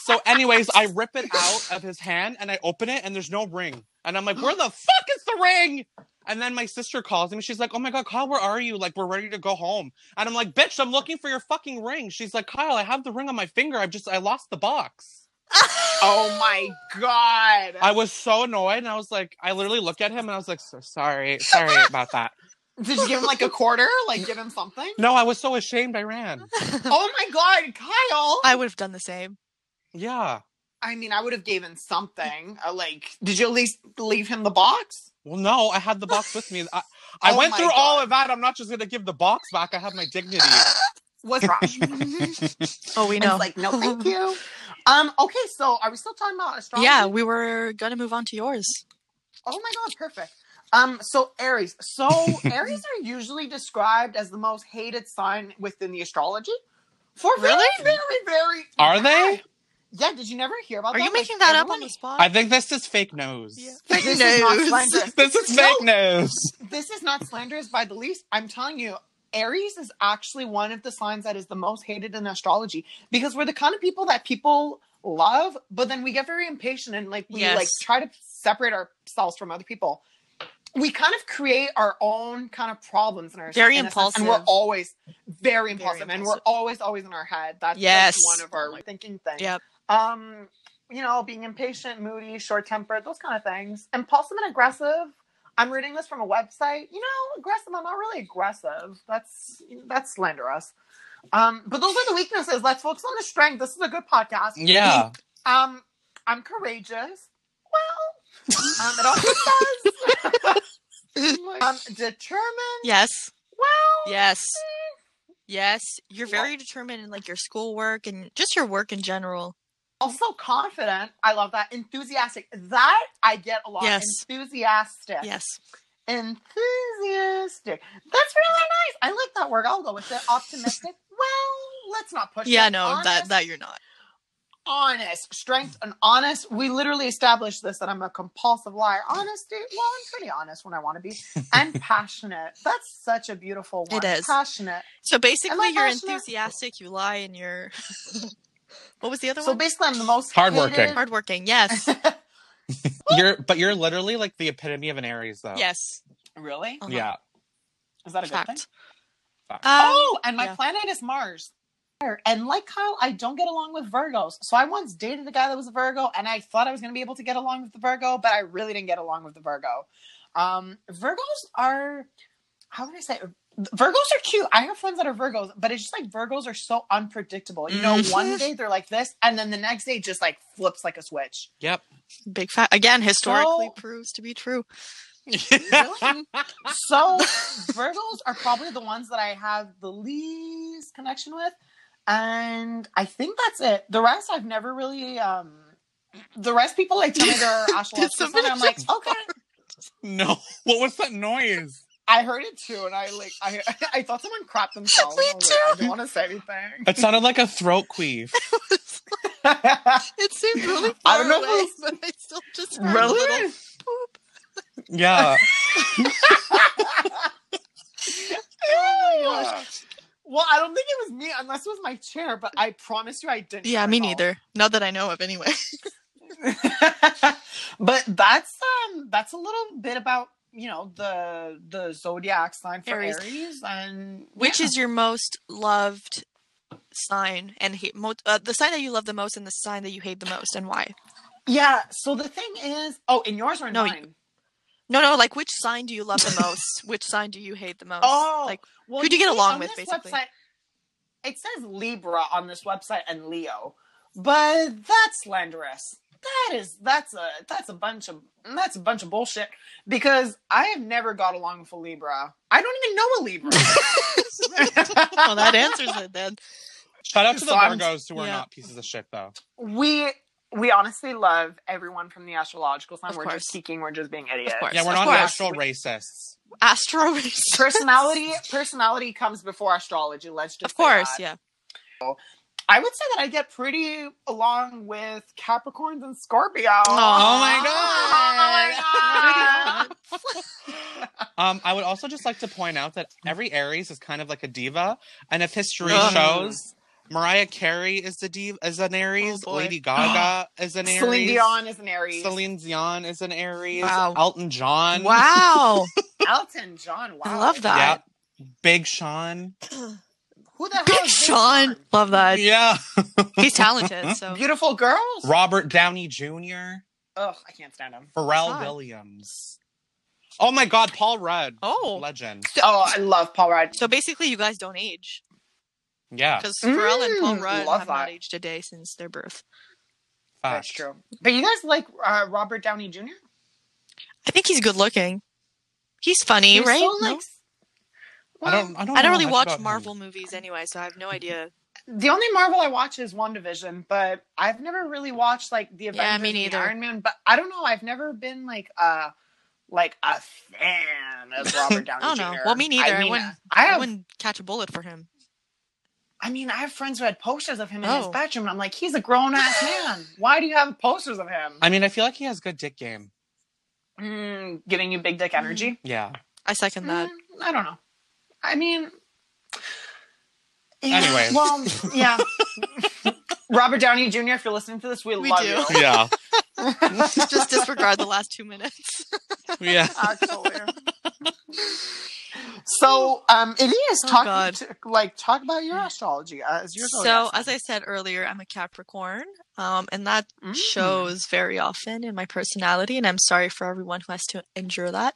[SPEAKER 2] so, anyways, I rip it out of his hand and I open it, and there's no ring. And I'm like, "Where the fuck is the ring?" And then my sister calls me. She's like, "Oh my god, Kyle, where are you? Like, we're ready to go home." And I'm like, "Bitch, I'm looking for your fucking ring." She's like, "Kyle, I have the ring on my finger. I've just I lost the box."
[SPEAKER 1] Oh my god!
[SPEAKER 2] I was so annoyed, and I was like, I literally looked at him, and I was like, "So sorry, sorry about that."
[SPEAKER 1] Did you give him like a quarter? Like give him something?
[SPEAKER 2] No, I was so ashamed. I ran.
[SPEAKER 1] Oh my god, Kyle! I,
[SPEAKER 3] I would have done the same.
[SPEAKER 2] Yeah.
[SPEAKER 1] mean, I would have given something. Uh, like, did you at least leave him the box?
[SPEAKER 2] Well, no, I had the box with me. I, I
[SPEAKER 1] Oh
[SPEAKER 2] went
[SPEAKER 1] my
[SPEAKER 2] through all
[SPEAKER 1] God.
[SPEAKER 2] of that. I'm not just gonna give the box back. I have my dignity.
[SPEAKER 1] What's wrong?
[SPEAKER 3] oh, we
[SPEAKER 1] And
[SPEAKER 3] know.
[SPEAKER 1] it's like, no, thank you. Um. Okay, so are we still talking about astrology?
[SPEAKER 3] Yeah, we were gonna move on to yours.
[SPEAKER 1] Oh my god, perfect. Um, so Aries. So Aries are usually described as the most hated sign within the astrology. For really?
[SPEAKER 3] Really?
[SPEAKER 1] very, very
[SPEAKER 2] Are they?
[SPEAKER 1] Yeah, did you never hear about
[SPEAKER 3] Are
[SPEAKER 1] that?
[SPEAKER 3] Oh, you
[SPEAKER 1] Like,
[SPEAKER 3] making that up on
[SPEAKER 1] everyone-
[SPEAKER 3] the spot?
[SPEAKER 2] I think this is fake news.
[SPEAKER 3] Yeah.
[SPEAKER 1] This is not slanderous.
[SPEAKER 2] This is fake news.
[SPEAKER 1] This is not slanderous by the least. I'm telling you, Aries is actually one of the signs that is the most hated in astrology because we're the kind of people that people love, but then we get very impatient and like we
[SPEAKER 3] Yes.
[SPEAKER 1] like try to separate ourselves from other people, we kind of create our own kind of problems in our
[SPEAKER 3] Very
[SPEAKER 1] in a sense, and we're
[SPEAKER 3] impulsive.
[SPEAKER 1] always very impulsive, and we're
[SPEAKER 3] impulsive.
[SPEAKER 1] always always in our head. That's like,
[SPEAKER 3] Yes.
[SPEAKER 1] one of our thinking things.
[SPEAKER 3] Yep.
[SPEAKER 1] Um, you know, being impatient, moody, short tempered, those kind of things. Impulsive and aggressive. I'm reading this from a website. You know, aggressive. I'm not really aggressive. That's that's slanderous. Um, but those are the weaknesses. Let's focus on the strength. This is a good podcast.
[SPEAKER 2] Yeah.
[SPEAKER 1] Um, I'm courageous. Well, um, it also says I'm determined.
[SPEAKER 3] Yes.
[SPEAKER 1] Well,
[SPEAKER 3] Yes. Yes. You're
[SPEAKER 1] Yeah.
[SPEAKER 3] very determined in like your schoolwork and just your work in general.
[SPEAKER 1] also confident. I love that. Enthusiastic. That I get a lot.
[SPEAKER 3] Yes.
[SPEAKER 1] Enthusiastic.
[SPEAKER 3] Yes.
[SPEAKER 1] Enthusiastic. That's really nice. I like that word. I'll go with it. Optimistic. well, let's not push.
[SPEAKER 3] Yeah,
[SPEAKER 1] it.
[SPEAKER 3] no,
[SPEAKER 1] honest,
[SPEAKER 3] that that you're not.
[SPEAKER 1] honest strength and honest. We literally established this that I'm a compulsive liar. Honesty. Well, I'm pretty honest when I want to be, and passionate. That's such a beautiful one.
[SPEAKER 3] It is.
[SPEAKER 1] passionate.
[SPEAKER 3] So basically you're
[SPEAKER 1] gosh, no.
[SPEAKER 3] enthusiastic, you lie and you're What was the other
[SPEAKER 1] So
[SPEAKER 3] one?
[SPEAKER 1] basically, I'm the most
[SPEAKER 2] Hardworking.
[SPEAKER 1] hated-
[SPEAKER 3] Hardworking. Yes.
[SPEAKER 2] You're but you're literally like the epitome of an Aries though.
[SPEAKER 3] yes.
[SPEAKER 1] Oh. really?
[SPEAKER 3] Uh-huh.
[SPEAKER 2] Yeah.
[SPEAKER 1] Is that a good thing?
[SPEAKER 3] Fact.
[SPEAKER 2] Fuck.
[SPEAKER 3] Um,
[SPEAKER 1] oh, and my
[SPEAKER 3] yeah.
[SPEAKER 1] planet is Mars. And like Kyle, I don't get along with Virgos. So I once dated a guy that was a Virgo, and I thought I was going to be able to get along with the Virgo, but I really didn't get along with the Virgo. Um, Virgos are, how can I say? Virgos are cute. I have friends that are Virgos, but it's just like Virgos are so unpredictable. You know,
[SPEAKER 3] Mhm.
[SPEAKER 1] one day they're like this, and then the next day just like flips like a switch.
[SPEAKER 2] Yep.
[SPEAKER 3] big fact again historically
[SPEAKER 1] So-
[SPEAKER 3] proves to be true.
[SPEAKER 1] Really? So Virgos are probably the ones that I have the least connection with. And I think that's it. The rest I've never really um the rest people like tell me their astrological sign.
[SPEAKER 3] somebody
[SPEAKER 1] I'm like,
[SPEAKER 3] just
[SPEAKER 1] okay.
[SPEAKER 2] no. What was that noise?
[SPEAKER 1] I heard it too, and I like I I thought someone crapped themselves.
[SPEAKER 3] Me
[SPEAKER 1] I was like, I don't want to say anything.
[SPEAKER 2] It sounded like a throat queef.
[SPEAKER 3] It seemed really
[SPEAKER 1] I
[SPEAKER 3] far
[SPEAKER 1] don't know if
[SPEAKER 3] away,
[SPEAKER 1] it
[SPEAKER 3] but I still just heard a little
[SPEAKER 1] really?
[SPEAKER 3] poop.
[SPEAKER 2] Yeah.
[SPEAKER 1] oh my gosh. Well, I don't think it was me unless it was my chair, but I promise you I didn't.
[SPEAKER 3] Yeah, me
[SPEAKER 1] recall.
[SPEAKER 3] neither. Not that I know of anyway.
[SPEAKER 1] but that's um that's a little bit about you know the the zodiac sign for
[SPEAKER 3] Aries.
[SPEAKER 1] Aries, and
[SPEAKER 3] Which is your most loved sign and hate mo- uh, the sign that you love the most and the sign that you hate the most and why?
[SPEAKER 1] yeah. So the thing is, oh, in yours or in
[SPEAKER 3] No,
[SPEAKER 1] mine?
[SPEAKER 3] No, no, like which sign do you love the most? which sign do you hate the most?
[SPEAKER 1] Oh,
[SPEAKER 3] like
[SPEAKER 1] Well,
[SPEAKER 3] who do you get
[SPEAKER 1] see,
[SPEAKER 3] along
[SPEAKER 1] on
[SPEAKER 3] with,
[SPEAKER 1] this
[SPEAKER 3] basically?
[SPEAKER 1] Website, it says Libra on this website and Leo, but that's slanderous. That is that's a that's a bunch of that's a bunch of bullshit because I have never got along with a Libra. I don't even know a Libra.
[SPEAKER 3] well, that answers it then.
[SPEAKER 2] Shout out to the
[SPEAKER 1] So I'm-
[SPEAKER 2] Virgos who are
[SPEAKER 3] yeah.
[SPEAKER 2] not pieces of shit though.
[SPEAKER 1] we we honestly love everyone from the astrological sign.
[SPEAKER 3] Of
[SPEAKER 1] we're
[SPEAKER 3] course.
[SPEAKER 1] just peeking. We're just being idiots.
[SPEAKER 3] course.
[SPEAKER 2] Yeah, we're
[SPEAKER 3] Of
[SPEAKER 2] not
[SPEAKER 3] course.
[SPEAKER 2] natural racists.
[SPEAKER 3] Astro race.
[SPEAKER 1] Personality personality comes before astrology. Let's
[SPEAKER 3] Of
[SPEAKER 1] just say
[SPEAKER 3] course,
[SPEAKER 1] that.
[SPEAKER 3] yeah.
[SPEAKER 1] I would say that I get pretty along with Capricorns and Scorpio.
[SPEAKER 2] Oh my God.
[SPEAKER 1] Oh my God.
[SPEAKER 2] Um, I would also just like to point out that every Aries is kind of like a diva, and if history
[SPEAKER 3] Ugh.
[SPEAKER 2] shows, Mariah Carey is the diva is an Aries,
[SPEAKER 3] Oh, boy.
[SPEAKER 2] Lady Gaga is an Aries,
[SPEAKER 1] Celine Dion is an Aries.
[SPEAKER 2] Celine Dion is an Aries,
[SPEAKER 3] Wow.
[SPEAKER 2] Elton
[SPEAKER 1] uh,
[SPEAKER 2] John,
[SPEAKER 3] Wow.
[SPEAKER 1] Elton John. Wow.
[SPEAKER 3] I love that.
[SPEAKER 2] yeah, Big Sean,
[SPEAKER 1] Who the hell
[SPEAKER 3] Big
[SPEAKER 1] is Big
[SPEAKER 3] Sean. Love that.
[SPEAKER 2] yeah,
[SPEAKER 3] He's talented, so
[SPEAKER 1] Beautiful girls.
[SPEAKER 2] Robert Downey Jr.,
[SPEAKER 1] Ugh, I can't stand him.
[SPEAKER 2] Pharrell
[SPEAKER 3] Hot.
[SPEAKER 2] Williams. Oh my God, Paul Rudd,
[SPEAKER 3] Oh.
[SPEAKER 2] legend,
[SPEAKER 1] Oh, I love Paul Rudd.
[SPEAKER 3] So basically you guys don't age.
[SPEAKER 2] yeah,
[SPEAKER 3] Because Pharrell and Paul
[SPEAKER 1] Mm,
[SPEAKER 3] Rudd
[SPEAKER 1] love
[SPEAKER 3] have not
[SPEAKER 1] that.
[SPEAKER 3] aged a day since their birth.
[SPEAKER 1] That's
[SPEAKER 2] fact.
[SPEAKER 1] true. But you guys like uh, Robert Downey Jr.
[SPEAKER 3] I think he's good looking. He's funny,
[SPEAKER 1] He's
[SPEAKER 3] right?
[SPEAKER 1] so, like,
[SPEAKER 3] No?
[SPEAKER 2] I don't, I don't,
[SPEAKER 3] Oh, I don't
[SPEAKER 2] know
[SPEAKER 3] really
[SPEAKER 2] much
[SPEAKER 3] watch
[SPEAKER 2] about him.
[SPEAKER 3] Marvel movies anyway, so I have no idea.
[SPEAKER 1] the only Marvel I watch is WandaVision, but I've never really watched like the Avengers,
[SPEAKER 3] Yeah, me
[SPEAKER 1] and the
[SPEAKER 3] neither.
[SPEAKER 1] Iron Man. But I don't know. I've never been like a like a fan of Robert Downey
[SPEAKER 3] Oh,
[SPEAKER 1] Jr.
[SPEAKER 3] no. Well, me neither. I
[SPEAKER 1] I mean,
[SPEAKER 3] wouldn't-
[SPEAKER 1] I
[SPEAKER 3] I
[SPEAKER 1] have.
[SPEAKER 3] wouldn't catch a bullet for him.
[SPEAKER 1] I mean, I have friends who had posters of him in his
[SPEAKER 3] Oh.
[SPEAKER 1] bedroom, and I'm like, he's a grown ass man. Why do you have posters of him?
[SPEAKER 2] I mean, I feel like he has good dick game.
[SPEAKER 1] Mm, giving you big dick energy.
[SPEAKER 2] Yeah.
[SPEAKER 3] I second that.
[SPEAKER 1] Mm, I don't know. I mean, yeah,
[SPEAKER 2] Anyways.
[SPEAKER 1] well, yeah. Robert Downey Jr. If you're listening to this, we,
[SPEAKER 3] We
[SPEAKER 1] love
[SPEAKER 3] do.
[SPEAKER 1] you.
[SPEAKER 2] Yeah.
[SPEAKER 3] Just disregard the last two minutes.
[SPEAKER 2] Yeah.
[SPEAKER 1] actually. so um, it is
[SPEAKER 3] Oh,
[SPEAKER 1] talking
[SPEAKER 3] God. Mm.
[SPEAKER 1] to- like talk about your astrology uh, as your
[SPEAKER 3] so, as I said earlier, I'm a Capricorn, um, and that
[SPEAKER 1] Mm.
[SPEAKER 3] shows very often in my personality, and I'm sorry for everyone who has to endure that.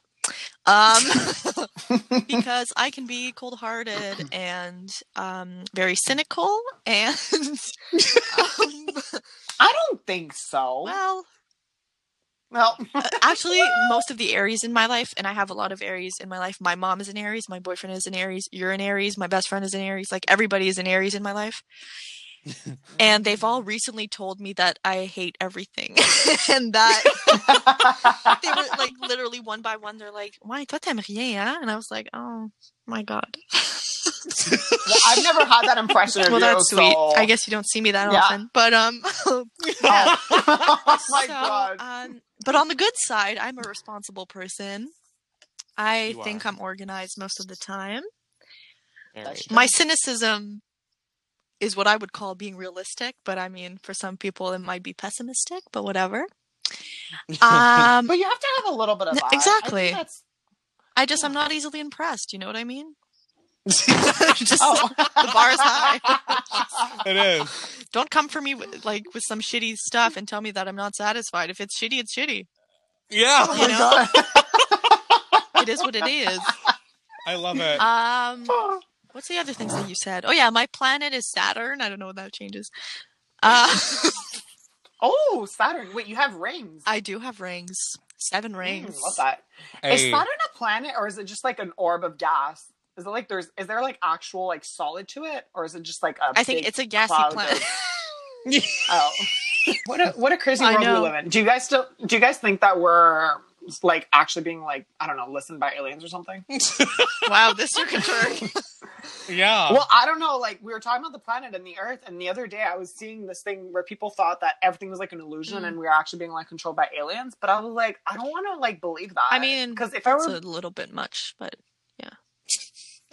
[SPEAKER 3] Um, because I can be cold hearted and um, very cynical, and um,
[SPEAKER 1] I don't think so.
[SPEAKER 3] well,
[SPEAKER 1] well,
[SPEAKER 3] uh, actually, most of the Aries in my life, and I have a lot of Aries in my life. My mom is an Aries, my boyfriend is an Aries, you're an Aries, my best friend is an Aries. Like everybody is an Aries in my life. and they've all recently told me that I hate everything, and that they were like literally one by one. They're like, "Why toi t'aimes rien?" Hein? And I was like, "Oh my god."
[SPEAKER 1] Well, I've never had that impression of
[SPEAKER 3] well,
[SPEAKER 1] you.
[SPEAKER 3] that's sweet.
[SPEAKER 1] so-
[SPEAKER 3] I guess you don't see me that
[SPEAKER 1] Yeah.
[SPEAKER 3] often, but um,
[SPEAKER 1] Oh, Oh my
[SPEAKER 3] so,
[SPEAKER 1] god.
[SPEAKER 3] Um, but on the good side, I'm a responsible person. I
[SPEAKER 2] You
[SPEAKER 3] think
[SPEAKER 2] are.
[SPEAKER 3] I'm organized most of the time.
[SPEAKER 2] Very.
[SPEAKER 3] My cynicism is what I would call being realistic, but I mean, for some people, it might be pessimistic, but whatever. Um,
[SPEAKER 1] But you have to have a little bit of
[SPEAKER 3] No,
[SPEAKER 1] that. I think
[SPEAKER 3] exactly.
[SPEAKER 1] that's-
[SPEAKER 3] I just, I'm not easily impressed. You know what I mean?
[SPEAKER 2] it
[SPEAKER 3] Just
[SPEAKER 1] Oh.
[SPEAKER 3] the bar is
[SPEAKER 1] high.
[SPEAKER 2] is.
[SPEAKER 3] don't come for me with, like with some shitty stuff and tell me that I'm not satisfied. If it's shitty, it's shitty.
[SPEAKER 2] Yeah.
[SPEAKER 1] Oh
[SPEAKER 3] You
[SPEAKER 1] my
[SPEAKER 3] know?
[SPEAKER 1] god.
[SPEAKER 3] It is what it is.
[SPEAKER 2] I love it.
[SPEAKER 3] Um, what's the other things that you said? Oh yeah, my planet is Saturn. I don't know what that changes. Uh,
[SPEAKER 1] Oh, Saturn. Wait, you have rings.
[SPEAKER 3] I do have rings, seven rings.
[SPEAKER 1] Mm, love that. Is
[SPEAKER 2] Hey.
[SPEAKER 1] Saturn a planet or is it just like an orb of gas? Is it like there's is there like actual like solid to it or is it just like a
[SPEAKER 3] I think
[SPEAKER 1] big
[SPEAKER 3] it's a gassy
[SPEAKER 1] cloud
[SPEAKER 3] planet.
[SPEAKER 1] of- oh. what a what a crazy
[SPEAKER 3] I
[SPEAKER 1] world we
[SPEAKER 3] know.
[SPEAKER 1] live in. Do you guys still do you guys think that we're like actually being like I don't know listened by aliens or something?
[SPEAKER 3] wow, this took a turn.
[SPEAKER 2] yeah.
[SPEAKER 1] Well, I don't know. Like we were talking about the planet and the Earth, and the other day I was seeing this thing where people thought that everything was like an illusion,
[SPEAKER 3] Mm.
[SPEAKER 1] and we were actually being like controlled by aliens. But I was like, I don't want to like believe that.
[SPEAKER 3] I mean,
[SPEAKER 1] because if I
[SPEAKER 3] It's
[SPEAKER 1] were,
[SPEAKER 3] a little bit much, but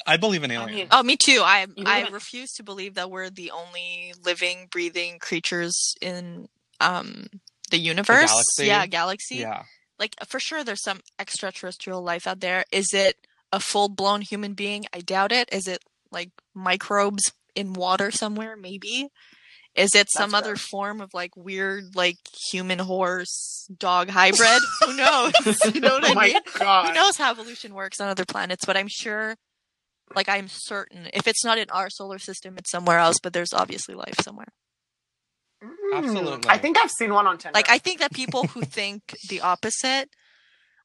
[SPEAKER 2] I believe in aliens.
[SPEAKER 1] mean-
[SPEAKER 3] oh, me too. I
[SPEAKER 1] You
[SPEAKER 3] I
[SPEAKER 1] wouldn't-
[SPEAKER 3] refuse to believe that we're the only living, breathing creatures in um the universe.
[SPEAKER 2] galaxy?
[SPEAKER 3] Yeah, galaxy.
[SPEAKER 2] yeah.
[SPEAKER 3] like for sure there's some extraterrestrial life out there is it a full-blown human being i doubt it is it like microbes in water somewhere maybe is it some
[SPEAKER 1] That's
[SPEAKER 3] other
[SPEAKER 1] fair.
[SPEAKER 3] form of like weird like human horse dog hybrid who knows you know what
[SPEAKER 1] oh
[SPEAKER 3] i
[SPEAKER 1] my
[SPEAKER 3] mean
[SPEAKER 1] god,
[SPEAKER 3] who knows how evolution works on other planets but i'm sure like i'm certain if it's not in our solar system it's somewhere else but there's obviously life somewhere
[SPEAKER 1] Mm.
[SPEAKER 2] Absolutely.
[SPEAKER 1] I think I've seen one on Tinder.
[SPEAKER 3] like i think that people who think the opposite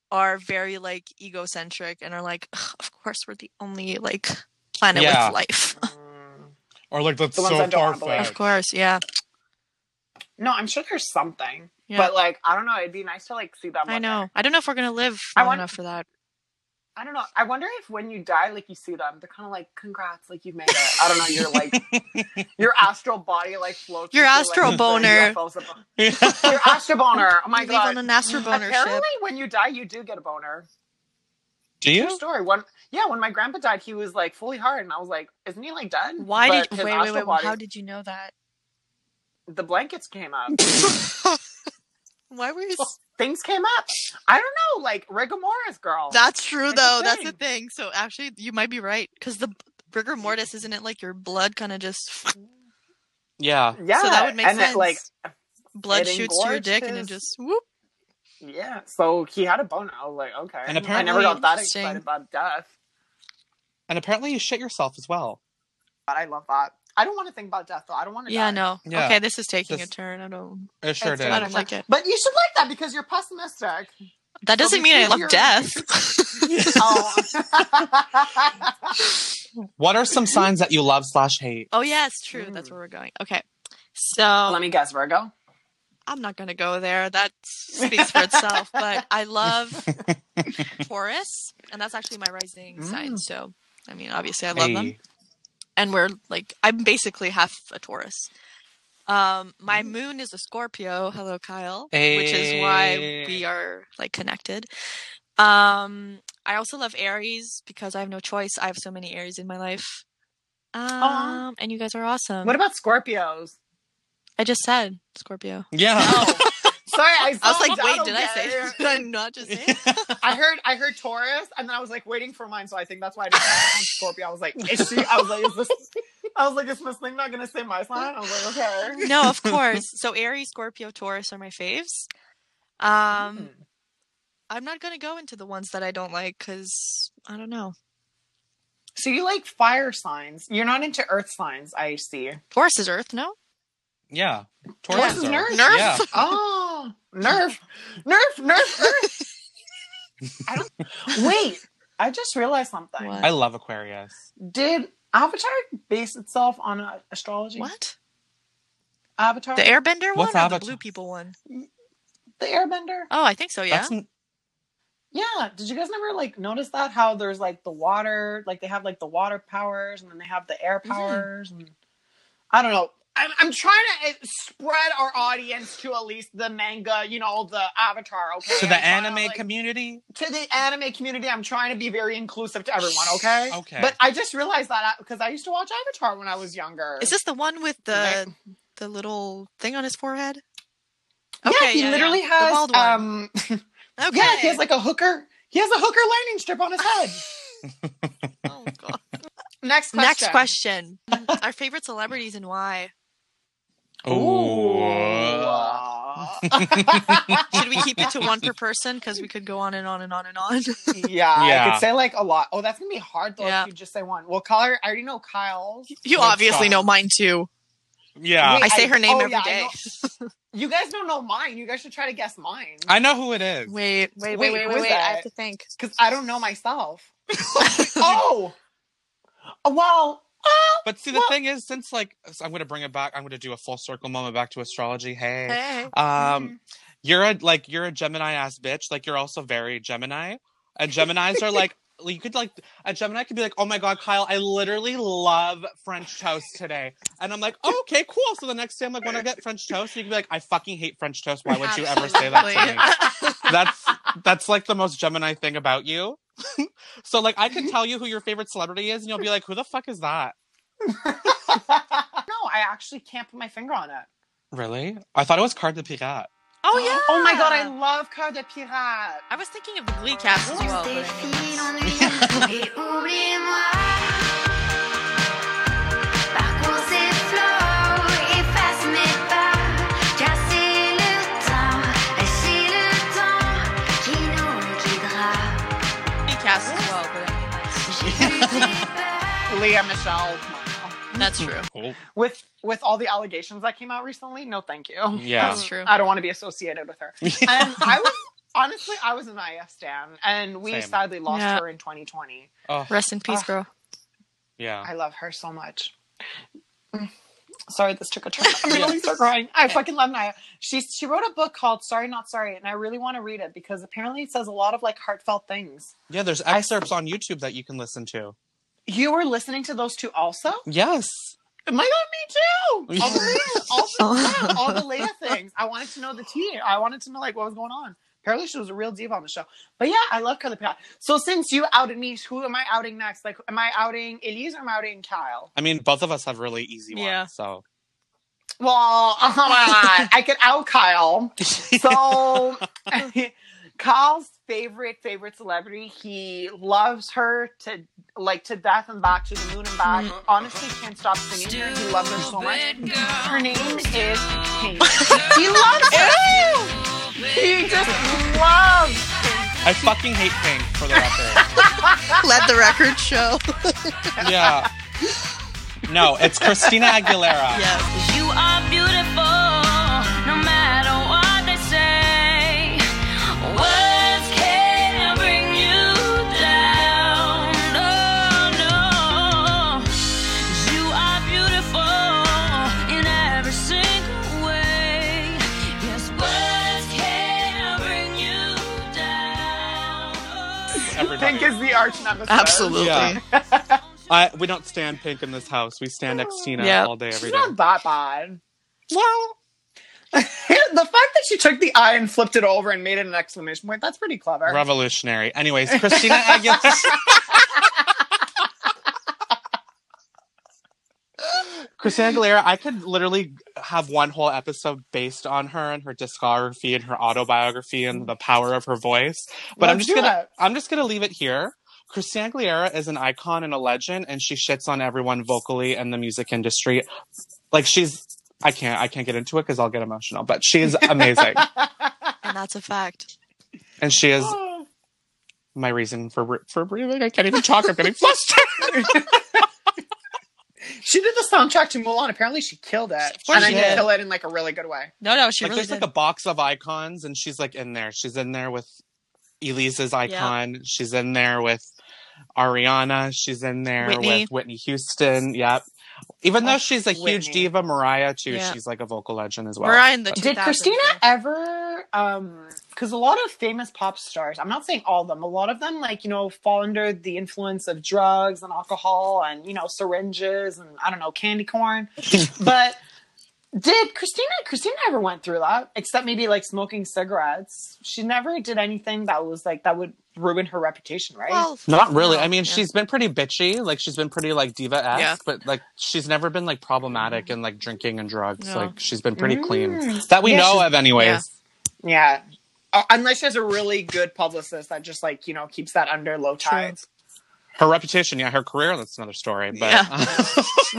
[SPEAKER 3] are very like egocentric and are like "Ugh, of course we're the only like planet
[SPEAKER 2] Yeah.
[SPEAKER 3] with life
[SPEAKER 1] Mm.
[SPEAKER 2] Or like that's
[SPEAKER 1] The ones
[SPEAKER 2] so
[SPEAKER 1] I don't
[SPEAKER 2] far
[SPEAKER 1] wanna believe.
[SPEAKER 2] fetched.
[SPEAKER 3] of course yeah
[SPEAKER 1] No, I'm sure there's something,
[SPEAKER 3] Yeah.
[SPEAKER 1] but like I don't know. It'd be nice to like see that.
[SPEAKER 3] i
[SPEAKER 1] one
[SPEAKER 3] know
[SPEAKER 1] day.
[SPEAKER 3] i don't know if we're gonna live
[SPEAKER 1] I
[SPEAKER 3] long
[SPEAKER 1] want-
[SPEAKER 3] enough for that
[SPEAKER 1] I don't know. I wonder if when you die, like you see them, they're kind of like, "Congrats, like you made it." I don't know. You're like your astral body like floats.
[SPEAKER 3] Your
[SPEAKER 1] with, like,
[SPEAKER 3] astral
[SPEAKER 1] the
[SPEAKER 3] boner.
[SPEAKER 1] UFOs above. Your astro boner. Oh my
[SPEAKER 3] You leave
[SPEAKER 1] god.
[SPEAKER 3] on an astro boner
[SPEAKER 1] Apparently,
[SPEAKER 3] ship
[SPEAKER 1] when you die, you do get a boner.
[SPEAKER 2] Do
[SPEAKER 1] True
[SPEAKER 2] you?
[SPEAKER 1] story. One, yeah. When my grandpa died, he was like fully hard, and I was like, "Isn't he like dead?"
[SPEAKER 3] why did
[SPEAKER 1] But his
[SPEAKER 3] wait wait
[SPEAKER 1] astral
[SPEAKER 3] wait
[SPEAKER 1] body-
[SPEAKER 3] how did you know that
[SPEAKER 1] the blankets came up?
[SPEAKER 3] why were you
[SPEAKER 1] Things came up. I don't know, like rigor mortis, girl.
[SPEAKER 3] that's true
[SPEAKER 1] It's a
[SPEAKER 3] though that's the
[SPEAKER 1] thing.
[SPEAKER 3] thing so actually you might be right because the rigor mortis isn't it like your blood kind of just
[SPEAKER 2] Yeah.
[SPEAKER 1] yeah,
[SPEAKER 3] so that would make
[SPEAKER 1] and
[SPEAKER 3] sense
[SPEAKER 1] It, like,
[SPEAKER 3] blood
[SPEAKER 1] it
[SPEAKER 3] shoots to your dick and then
[SPEAKER 1] engorges-
[SPEAKER 3] just whoop
[SPEAKER 1] yeah. So he had a boner. I was like, okay.
[SPEAKER 2] And
[SPEAKER 1] I never
[SPEAKER 2] apparently-
[SPEAKER 1] got that
[SPEAKER 3] Interesting.
[SPEAKER 1] excited about death,
[SPEAKER 2] And apparently you shit yourself as well.
[SPEAKER 1] but I love that. I don't want to think about death though. I don't want to.
[SPEAKER 3] Yeah,
[SPEAKER 1] die.
[SPEAKER 3] no.
[SPEAKER 2] Yeah.
[SPEAKER 3] Okay, this is taking
[SPEAKER 2] This-
[SPEAKER 3] a turn. I don't.
[SPEAKER 2] It sure
[SPEAKER 1] It's
[SPEAKER 2] did.
[SPEAKER 3] I don't like it.
[SPEAKER 1] But you should like that because you're pessimistic.
[SPEAKER 3] That doesn't mean I
[SPEAKER 1] you're-
[SPEAKER 3] love death.
[SPEAKER 1] Oh.
[SPEAKER 2] What are some signs that you love slash hate?
[SPEAKER 3] oh yeah, it's true. That's where we're going. Okay, so
[SPEAKER 1] Oh, Let me guess, Virgo.
[SPEAKER 3] I'm not gonna go there. That speaks for itself. But I love Taurus, and that's actually my rising sign.
[SPEAKER 1] Mm.
[SPEAKER 3] So I mean, obviously, I love them.
[SPEAKER 2] Hey.
[SPEAKER 3] And we're like, I'm basically half a Taurus. Um, my
[SPEAKER 1] Mm-hmm.
[SPEAKER 3] moon is a Scorpio. Hello, Kyle. Which is why
[SPEAKER 2] Hey.
[SPEAKER 3] we are like connected. Um, I also love Aries because I have no choice. I have so many Aries in my life.
[SPEAKER 1] Aw.
[SPEAKER 3] Um, and you guys are awesome.
[SPEAKER 1] What about Scorpios?
[SPEAKER 3] I just said Scorpio.
[SPEAKER 2] Yeah.
[SPEAKER 1] Oh, Sorry, I,
[SPEAKER 3] I was like,
[SPEAKER 1] zoned
[SPEAKER 3] wait,
[SPEAKER 1] out
[SPEAKER 3] did I say?
[SPEAKER 1] again.
[SPEAKER 3] Did I not just say?
[SPEAKER 1] I heard I heard Taurus, and then I was like waiting for mine, so I think that's why I didn't say Scorpio. I was like, is she? I was like, is this? I was like, is Miss Ling not gonna say my sign? I was like, okay.
[SPEAKER 3] no, of course. So Aries, Scorpio, Taurus are my faves. Um,
[SPEAKER 1] Hmm.
[SPEAKER 3] I'm not gonna go into the ones that I don't like because I don't know.
[SPEAKER 1] So you like fire signs? You're not into earth signs, I see.
[SPEAKER 3] Taurus is Earth, no?
[SPEAKER 2] yeah.
[SPEAKER 1] Taurus
[SPEAKER 2] Taurus.
[SPEAKER 1] is
[SPEAKER 2] are-
[SPEAKER 1] Nerf.
[SPEAKER 3] Nerf?
[SPEAKER 2] Yeah.
[SPEAKER 1] Oh, Nerf, Nerf, Nerf, Nerf. I don't. Wait, I just realized something.
[SPEAKER 3] What?
[SPEAKER 2] I love Aquarius.
[SPEAKER 1] Did Avatar base itself on uh, astrology?
[SPEAKER 3] What?
[SPEAKER 1] Avatar,
[SPEAKER 3] The Airbender one
[SPEAKER 2] What's
[SPEAKER 3] or
[SPEAKER 2] Avatar?
[SPEAKER 3] the Blue People one?
[SPEAKER 1] the Airbender.
[SPEAKER 3] Oh, I think so. Yeah.
[SPEAKER 2] That's n-
[SPEAKER 1] Yeah. Did you guys never like notice that? How there's like the water, like they have like the water powers and then they have the air
[SPEAKER 3] Mm-hmm.
[SPEAKER 1] powers. And I don't know. I'm, I'm trying to uh, spread our audience to at least the manga, you know, the avatar, okay?
[SPEAKER 2] to
[SPEAKER 1] I'm
[SPEAKER 2] the
[SPEAKER 1] trying
[SPEAKER 2] anime
[SPEAKER 1] like-
[SPEAKER 2] community.
[SPEAKER 1] to the anime community. I'm trying to be very inclusive to everyone, okay?
[SPEAKER 2] Okay.
[SPEAKER 1] But I just realized that because I, used to watch Avatar when I was younger.
[SPEAKER 3] Is this the one with
[SPEAKER 1] Right.
[SPEAKER 3] the the little thing on his forehead?
[SPEAKER 1] yeah, he literally
[SPEAKER 3] yeah. the
[SPEAKER 1] has
[SPEAKER 3] bald one.
[SPEAKER 1] um
[SPEAKER 3] okay.
[SPEAKER 1] yeah, he has like a hooker. He has a hooker landing strip on his head.
[SPEAKER 3] oh, God.
[SPEAKER 1] Next question.
[SPEAKER 3] Next question. Our favorite celebrities and why?
[SPEAKER 2] Ooh.
[SPEAKER 3] Should we keep it to one per person? Because we could go on and on and on and on.
[SPEAKER 1] yeah, I
[SPEAKER 2] Yeah.
[SPEAKER 1] could say like a lot. Oh, that's gonna be hard though
[SPEAKER 3] Yeah.
[SPEAKER 1] if you just say one. Well, Kyler, I already know Kyle's.
[SPEAKER 3] You
[SPEAKER 2] No
[SPEAKER 3] obviously know
[SPEAKER 2] problem.
[SPEAKER 3] mine too.
[SPEAKER 2] Yeah.
[SPEAKER 1] Wait,
[SPEAKER 3] I say her name
[SPEAKER 1] oh,
[SPEAKER 3] every
[SPEAKER 1] yeah, I
[SPEAKER 3] day.
[SPEAKER 1] know- you guys don't know mine. You guys should try to guess mine
[SPEAKER 2] I know who it is.
[SPEAKER 3] Wait, wait,
[SPEAKER 1] Wait,
[SPEAKER 3] wait, wait,
[SPEAKER 1] who
[SPEAKER 3] wait.
[SPEAKER 1] is
[SPEAKER 3] I
[SPEAKER 1] that?
[SPEAKER 3] have to think.
[SPEAKER 1] because I don't know myself. oh, well, oh,
[SPEAKER 2] But see, the
[SPEAKER 1] Well-
[SPEAKER 2] thing is, since like so I'm gonna bring it back, I'm gonna do a full circle moment back to astrology. Hey,
[SPEAKER 3] Hey.
[SPEAKER 2] um, you're a like you're a Gemini ass bitch. Like you're also very Gemini, and Geminis are like you could like a Gemini could be like, oh my god, Kyle, I literally love French toast today, and I'm like, "Oh, okay, cool. So the next day, I'm like, when I get French toast, you can be like, I fucking hate French toast. Why would you ever say that to me? that's that's like the most Gemini thing about you. so like I can tell you who your favorite celebrity is, and you'll be like, who the fuck is that?
[SPEAKER 1] no, I actually can't put my finger on it.
[SPEAKER 2] Really? I thought it was Carte de Pirate.
[SPEAKER 3] Oh yeah.
[SPEAKER 1] Oh my god, I love Cœur de Pirate.
[SPEAKER 3] I was thinking of the Glee cast as well. but I mean-
[SPEAKER 4] Parcours ses flots, efface mes pas, casser le temps, laisser le temps qui nous guidera.
[SPEAKER 3] Glee cast as well, but I mean, that's-
[SPEAKER 4] J'ai eu des peurs.
[SPEAKER 1] Leah Michelle. Smile.
[SPEAKER 3] that's true.
[SPEAKER 2] Cool.
[SPEAKER 1] With with all the allegations that came out recently, no, thank you.
[SPEAKER 2] Yeah.
[SPEAKER 3] That's true.
[SPEAKER 1] I don't want to be associated with her. And I was honestly, I was an IF stan, and we
[SPEAKER 2] Same.
[SPEAKER 1] sadly lost
[SPEAKER 3] Yeah.
[SPEAKER 1] her in 2020.
[SPEAKER 2] Oh,
[SPEAKER 3] Rest in peace,
[SPEAKER 1] Ah.
[SPEAKER 3] girl.
[SPEAKER 2] yeah.
[SPEAKER 1] I love her so much. Mm. Sorry, this took a turn. I'm gonna start crying. I fucking love Naya. She she wrote a book called "Sorry Not Sorry," and I really want to read it because apparently it says a lot of like heartfelt things.
[SPEAKER 2] Yeah, there's excerpts on YouTube that you can listen to.
[SPEAKER 1] You were listening to those two also.
[SPEAKER 2] Yes.
[SPEAKER 1] My
[SPEAKER 3] Oh,
[SPEAKER 1] God, me too. Oh All the Leah, all the, yeah, all the Leia things. I wanted to know the tea. I wanted to know like what was going on. Apparently, she was a real diva on the show. But yeah, I love Kelly Pat. So since you outed me, who am I outing next? Like, am I outing Elise or am I outing Kyle?
[SPEAKER 2] I mean, both of us have really easy ones.
[SPEAKER 3] Yeah.
[SPEAKER 2] So
[SPEAKER 1] Well, oh my God, I could out Kyle. So Kyle's favorite favorite celebrity. He loves her to like to death and back to the moon and back. Honestly, can't stop singing her. He loves her so much. Her name is Kate. He loves her. He just loves.
[SPEAKER 2] I fucking hate Pink for the record.
[SPEAKER 3] Let the record show.
[SPEAKER 2] yeah. No, it's Christina Aguilera.
[SPEAKER 3] Yeah.
[SPEAKER 4] You are beautiful, no matter what they say. Words can bring you down. Oh no, you are beautiful in every single way. Yes, words can bring you down. Oh,
[SPEAKER 2] Everybody.
[SPEAKER 1] Pink is the arch nemesis.
[SPEAKER 3] Ah, Absolutely.
[SPEAKER 2] Yeah. I, we don't stand Pink in this house. We stand Xtina
[SPEAKER 3] Yeah.
[SPEAKER 2] all day, every
[SPEAKER 1] She's
[SPEAKER 2] day.
[SPEAKER 1] not that bad.
[SPEAKER 2] Well,
[SPEAKER 1] the fact that she took the eye and flipped it over and made it an exclamation point—that's pretty clever.
[SPEAKER 2] revolutionary. Anyways, Christina Aguilera. Christina Aguilera, I could literally have one whole episode based on her and her discography and her autobiography and the power of her voice. But I'm
[SPEAKER 1] Let's
[SPEAKER 2] just
[SPEAKER 1] do
[SPEAKER 2] gonna
[SPEAKER 1] it.
[SPEAKER 2] I'm just gonna leave it here. Christina Aguilera is an icon and a legend, and she shits on everyone vocally in the music industry. Like she's I can't I can't get into it because I'll get emotional, but she's amazing.
[SPEAKER 3] and that's a fact.
[SPEAKER 2] and she is my reason for br- for breathing. I can't even talk. I'm getting flustered.
[SPEAKER 1] she did the soundtrack to Mulan. Apparently, she killed it,
[SPEAKER 3] course
[SPEAKER 1] and I
[SPEAKER 2] she
[SPEAKER 1] mean
[SPEAKER 2] did.
[SPEAKER 1] kill it in like a really good way.
[SPEAKER 3] No, no, she
[SPEAKER 2] like
[SPEAKER 3] really
[SPEAKER 2] there's
[SPEAKER 3] did.
[SPEAKER 2] like a box of icons, and she's like in there. She's in there with Elise's icon. She's in there with Ariana. She's in there
[SPEAKER 3] Whitney.
[SPEAKER 2] with Whitney Houston. Yep. Even though
[SPEAKER 1] Oh,
[SPEAKER 2] she's a huge
[SPEAKER 1] Whitney.
[SPEAKER 2] diva, Mariah too.
[SPEAKER 3] Yeah.
[SPEAKER 2] She's like a vocal legend as well.
[SPEAKER 3] We're in the 2000s.
[SPEAKER 1] Did Christina ever? Um, because a lot of famous pop stars, I'm not saying all of them, a lot of them, like you know, fall under the influence of drugs and alcohol and you know, syringes and I don't know, candy corn. but did Christina? Christina ever went through that, except maybe like smoking cigarettes. She never did anything that was like that would ruin her reputation, right?
[SPEAKER 3] Well,
[SPEAKER 2] Not really.
[SPEAKER 3] no,
[SPEAKER 2] I mean,
[SPEAKER 3] yeah.
[SPEAKER 2] she's been pretty bitchy. Like she's been pretty like diva esque,
[SPEAKER 3] Yeah.
[SPEAKER 2] but like she's never been like problematic and like drinking and drugs.
[SPEAKER 3] No.
[SPEAKER 2] Like she's been pretty clean
[SPEAKER 1] Mm.
[SPEAKER 2] that we
[SPEAKER 1] Yeah,
[SPEAKER 2] know
[SPEAKER 1] she's-
[SPEAKER 2] of, anyways.
[SPEAKER 3] yeah.
[SPEAKER 1] yeah. Uh, unless she has a really good publicist that just like you know keeps that under low
[SPEAKER 3] True.
[SPEAKER 1] tides.
[SPEAKER 2] Her reputation, yeah, her career, that's another story. But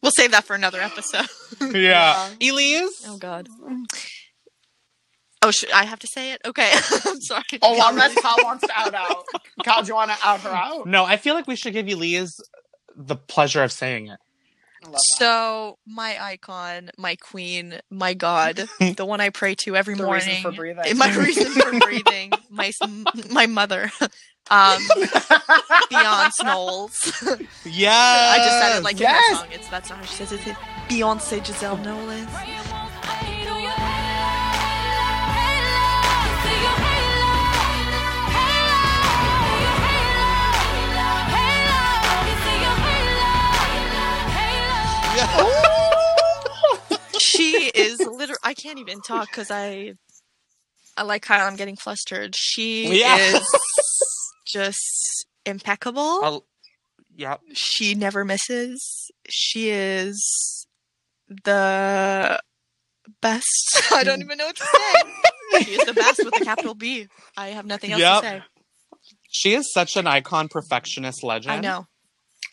[SPEAKER 3] We'll save that for another episode.
[SPEAKER 2] yeah. Elise.
[SPEAKER 3] Oh God. Oh, should I have to say it? Okay, I'm sorry.
[SPEAKER 1] Oh, unless Kyle wants to out out. Kyle, do you want to out her out?
[SPEAKER 2] No, I feel like we should give Elise the pleasure of saying it.
[SPEAKER 1] I love that.
[SPEAKER 3] So, my icon, my queen, my God, the one I pray to every
[SPEAKER 1] The
[SPEAKER 3] morning.
[SPEAKER 1] reason for breathing.
[SPEAKER 3] Eh, My reason for breathing. My s- my mother. Um, Beyonce Knowles.
[SPEAKER 2] Yeah.
[SPEAKER 3] I just said it like in
[SPEAKER 1] yes.
[SPEAKER 3] that song. It's that's not how she says it. It's Beyonce Giselle Knowles. she is literally. I can't even talk because I, I like Kyle. I'm getting flustered. She
[SPEAKER 2] Yeah.
[SPEAKER 3] is just impeccable.
[SPEAKER 2] I'll- yeah.
[SPEAKER 3] she never misses. She is the best. I don't even know what to say. she is the best with a capital B. I have nothing else
[SPEAKER 2] Yep.
[SPEAKER 3] to say.
[SPEAKER 2] She is such an icon perfectionist legend.
[SPEAKER 3] I know.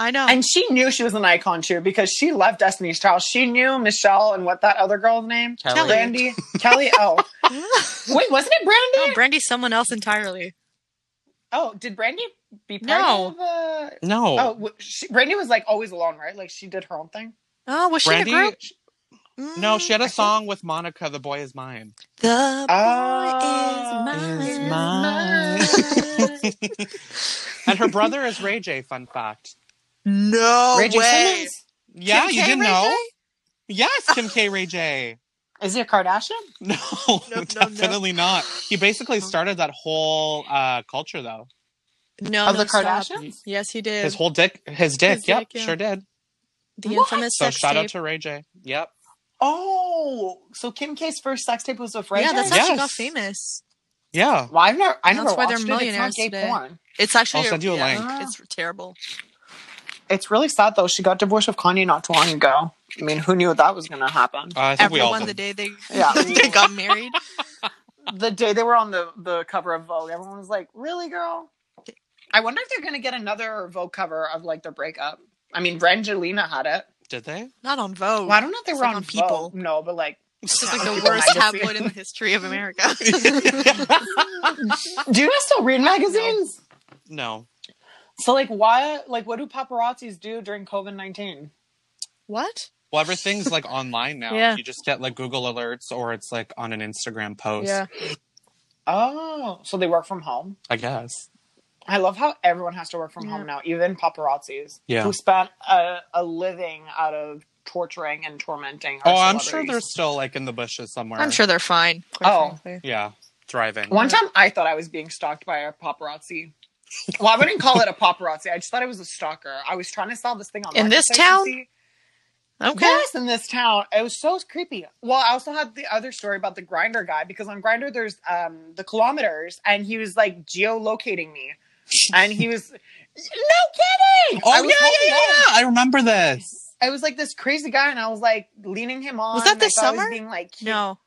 [SPEAKER 3] I know.
[SPEAKER 1] And she knew she was an icon too because she left Destiny's Child. She knew Michelle and what that other girl's name?
[SPEAKER 2] Kelly.
[SPEAKER 1] Brandy. Kelly. Oh. Wait, wasn't it
[SPEAKER 3] no,
[SPEAKER 1] Brandy?
[SPEAKER 3] Oh, Brandy's someone else entirely.
[SPEAKER 1] Oh, did Brandy be part
[SPEAKER 3] No.
[SPEAKER 1] of the.
[SPEAKER 2] No.
[SPEAKER 1] Oh, w- she, Brandy was like always alone, right? Like she did her own thing.
[SPEAKER 3] Oh, was she
[SPEAKER 2] Brandy
[SPEAKER 3] in a group?
[SPEAKER 2] No, she had
[SPEAKER 1] I
[SPEAKER 2] a
[SPEAKER 1] think-
[SPEAKER 2] song with Monica, The Boy Is Mine.
[SPEAKER 3] Mm, The boy
[SPEAKER 2] Ah.
[SPEAKER 1] Oh,
[SPEAKER 3] is
[SPEAKER 2] is
[SPEAKER 3] mine.
[SPEAKER 2] mine. and her brother is Ray J, fun fact.
[SPEAKER 3] No
[SPEAKER 1] Ray J
[SPEAKER 3] way.
[SPEAKER 1] Simmons?
[SPEAKER 2] Yeah,
[SPEAKER 3] Kim
[SPEAKER 2] you
[SPEAKER 3] K,
[SPEAKER 2] didn't
[SPEAKER 3] Ray
[SPEAKER 2] know?
[SPEAKER 3] J?
[SPEAKER 2] Yes, Kim K Ray J.
[SPEAKER 1] Is he a Kardashian?
[SPEAKER 2] No,
[SPEAKER 3] no, no.
[SPEAKER 2] definitely not. He basically started that whole uh culture though.
[SPEAKER 3] No,
[SPEAKER 1] of
[SPEAKER 3] no,
[SPEAKER 1] the
[SPEAKER 3] stop.
[SPEAKER 1] Kardashians?
[SPEAKER 3] Yes, he did.
[SPEAKER 2] His whole dick his dick,
[SPEAKER 3] His
[SPEAKER 2] yep,
[SPEAKER 3] dick, yeah.
[SPEAKER 2] sure did.
[SPEAKER 3] the
[SPEAKER 1] What?
[SPEAKER 3] infamous
[SPEAKER 2] So
[SPEAKER 3] sex
[SPEAKER 2] shout
[SPEAKER 3] tape.
[SPEAKER 2] out to Ray J. Yep.
[SPEAKER 1] Oh, so Kim K's first sex tape was with Ray
[SPEAKER 3] yeah,
[SPEAKER 1] J?
[SPEAKER 3] that's how she got
[SPEAKER 2] Yes.
[SPEAKER 3] famous.
[SPEAKER 2] Yeah.
[SPEAKER 1] Well, I've never, I never
[SPEAKER 3] That's why they're
[SPEAKER 1] watched it. It's
[SPEAKER 3] millionaires
[SPEAKER 1] not gay
[SPEAKER 3] today.
[SPEAKER 1] porn.
[SPEAKER 3] It's actually
[SPEAKER 2] I'll send you a
[SPEAKER 3] yeah,
[SPEAKER 1] link.
[SPEAKER 3] It's terrible.
[SPEAKER 1] It's really sad though. She got divorced with Kanye not too long ago. I mean, who knew that was going to happen?
[SPEAKER 2] Uh, I think we all
[SPEAKER 3] Everyone
[SPEAKER 2] did.
[SPEAKER 3] the day they
[SPEAKER 1] Yeah.
[SPEAKER 3] they got married.
[SPEAKER 1] The day they were on the the cover of Vogue, everyone was like, "Really, girl?" I wonder if they're going to get another Vogue cover of like their breakup. I mean, Brangelina had it.
[SPEAKER 2] Did they?
[SPEAKER 3] Not on Vogue.
[SPEAKER 1] Well, I don't know if they
[SPEAKER 3] It's
[SPEAKER 1] were
[SPEAKER 3] like on
[SPEAKER 1] on,
[SPEAKER 3] People.
[SPEAKER 1] Vogue. No, but like,
[SPEAKER 3] It's just like the
[SPEAKER 1] People
[SPEAKER 3] worst
[SPEAKER 1] magazine.
[SPEAKER 3] tabloid in the history of America.
[SPEAKER 1] Uh, do you guys still read magazines?
[SPEAKER 2] no.
[SPEAKER 1] So like, why? Like, what do paparazzis do during COVID nineteen?
[SPEAKER 3] what?
[SPEAKER 2] Well, everything's like online now.
[SPEAKER 3] Yeah.
[SPEAKER 2] You just get like Google alerts or it's like on an Instagram post.
[SPEAKER 1] Oh, so they work from home.
[SPEAKER 2] I guess.
[SPEAKER 1] I love how everyone has to work from home now, even paparazzis
[SPEAKER 2] Yeah.
[SPEAKER 1] who spent a, a living out of torturing and tormenting. our
[SPEAKER 2] Oh, I'm sure
[SPEAKER 1] celebrities.
[SPEAKER 2] they're still like in the bushes somewhere.
[SPEAKER 3] I'm sure they're fine. quite
[SPEAKER 1] Oh.
[SPEAKER 3] frankly.
[SPEAKER 2] Yeah. Driving.
[SPEAKER 1] One time I thought I was being stalked by a paparazzi. Well, I wouldn't call it a paparazzi. I just thought it was a stalker. I was trying to sell this thing on
[SPEAKER 3] In this
[SPEAKER 1] Marketplace,
[SPEAKER 3] town?
[SPEAKER 1] you see.
[SPEAKER 3] Okay.
[SPEAKER 1] Yes, in this town. It was so creepy. Well, I also had the other story about the grinder guy because on grinder there's um the kilometers and he was like geolocating me. and he was no kidding.
[SPEAKER 2] Oh
[SPEAKER 1] I was
[SPEAKER 2] yeah,
[SPEAKER 1] holding
[SPEAKER 2] yeah,
[SPEAKER 1] on.
[SPEAKER 2] yeah, I remember this.
[SPEAKER 1] I was like this crazy guy, and I was like leaning him on.
[SPEAKER 3] Was that
[SPEAKER 1] like,
[SPEAKER 3] this
[SPEAKER 1] I
[SPEAKER 3] summer?
[SPEAKER 1] being like,
[SPEAKER 3] No.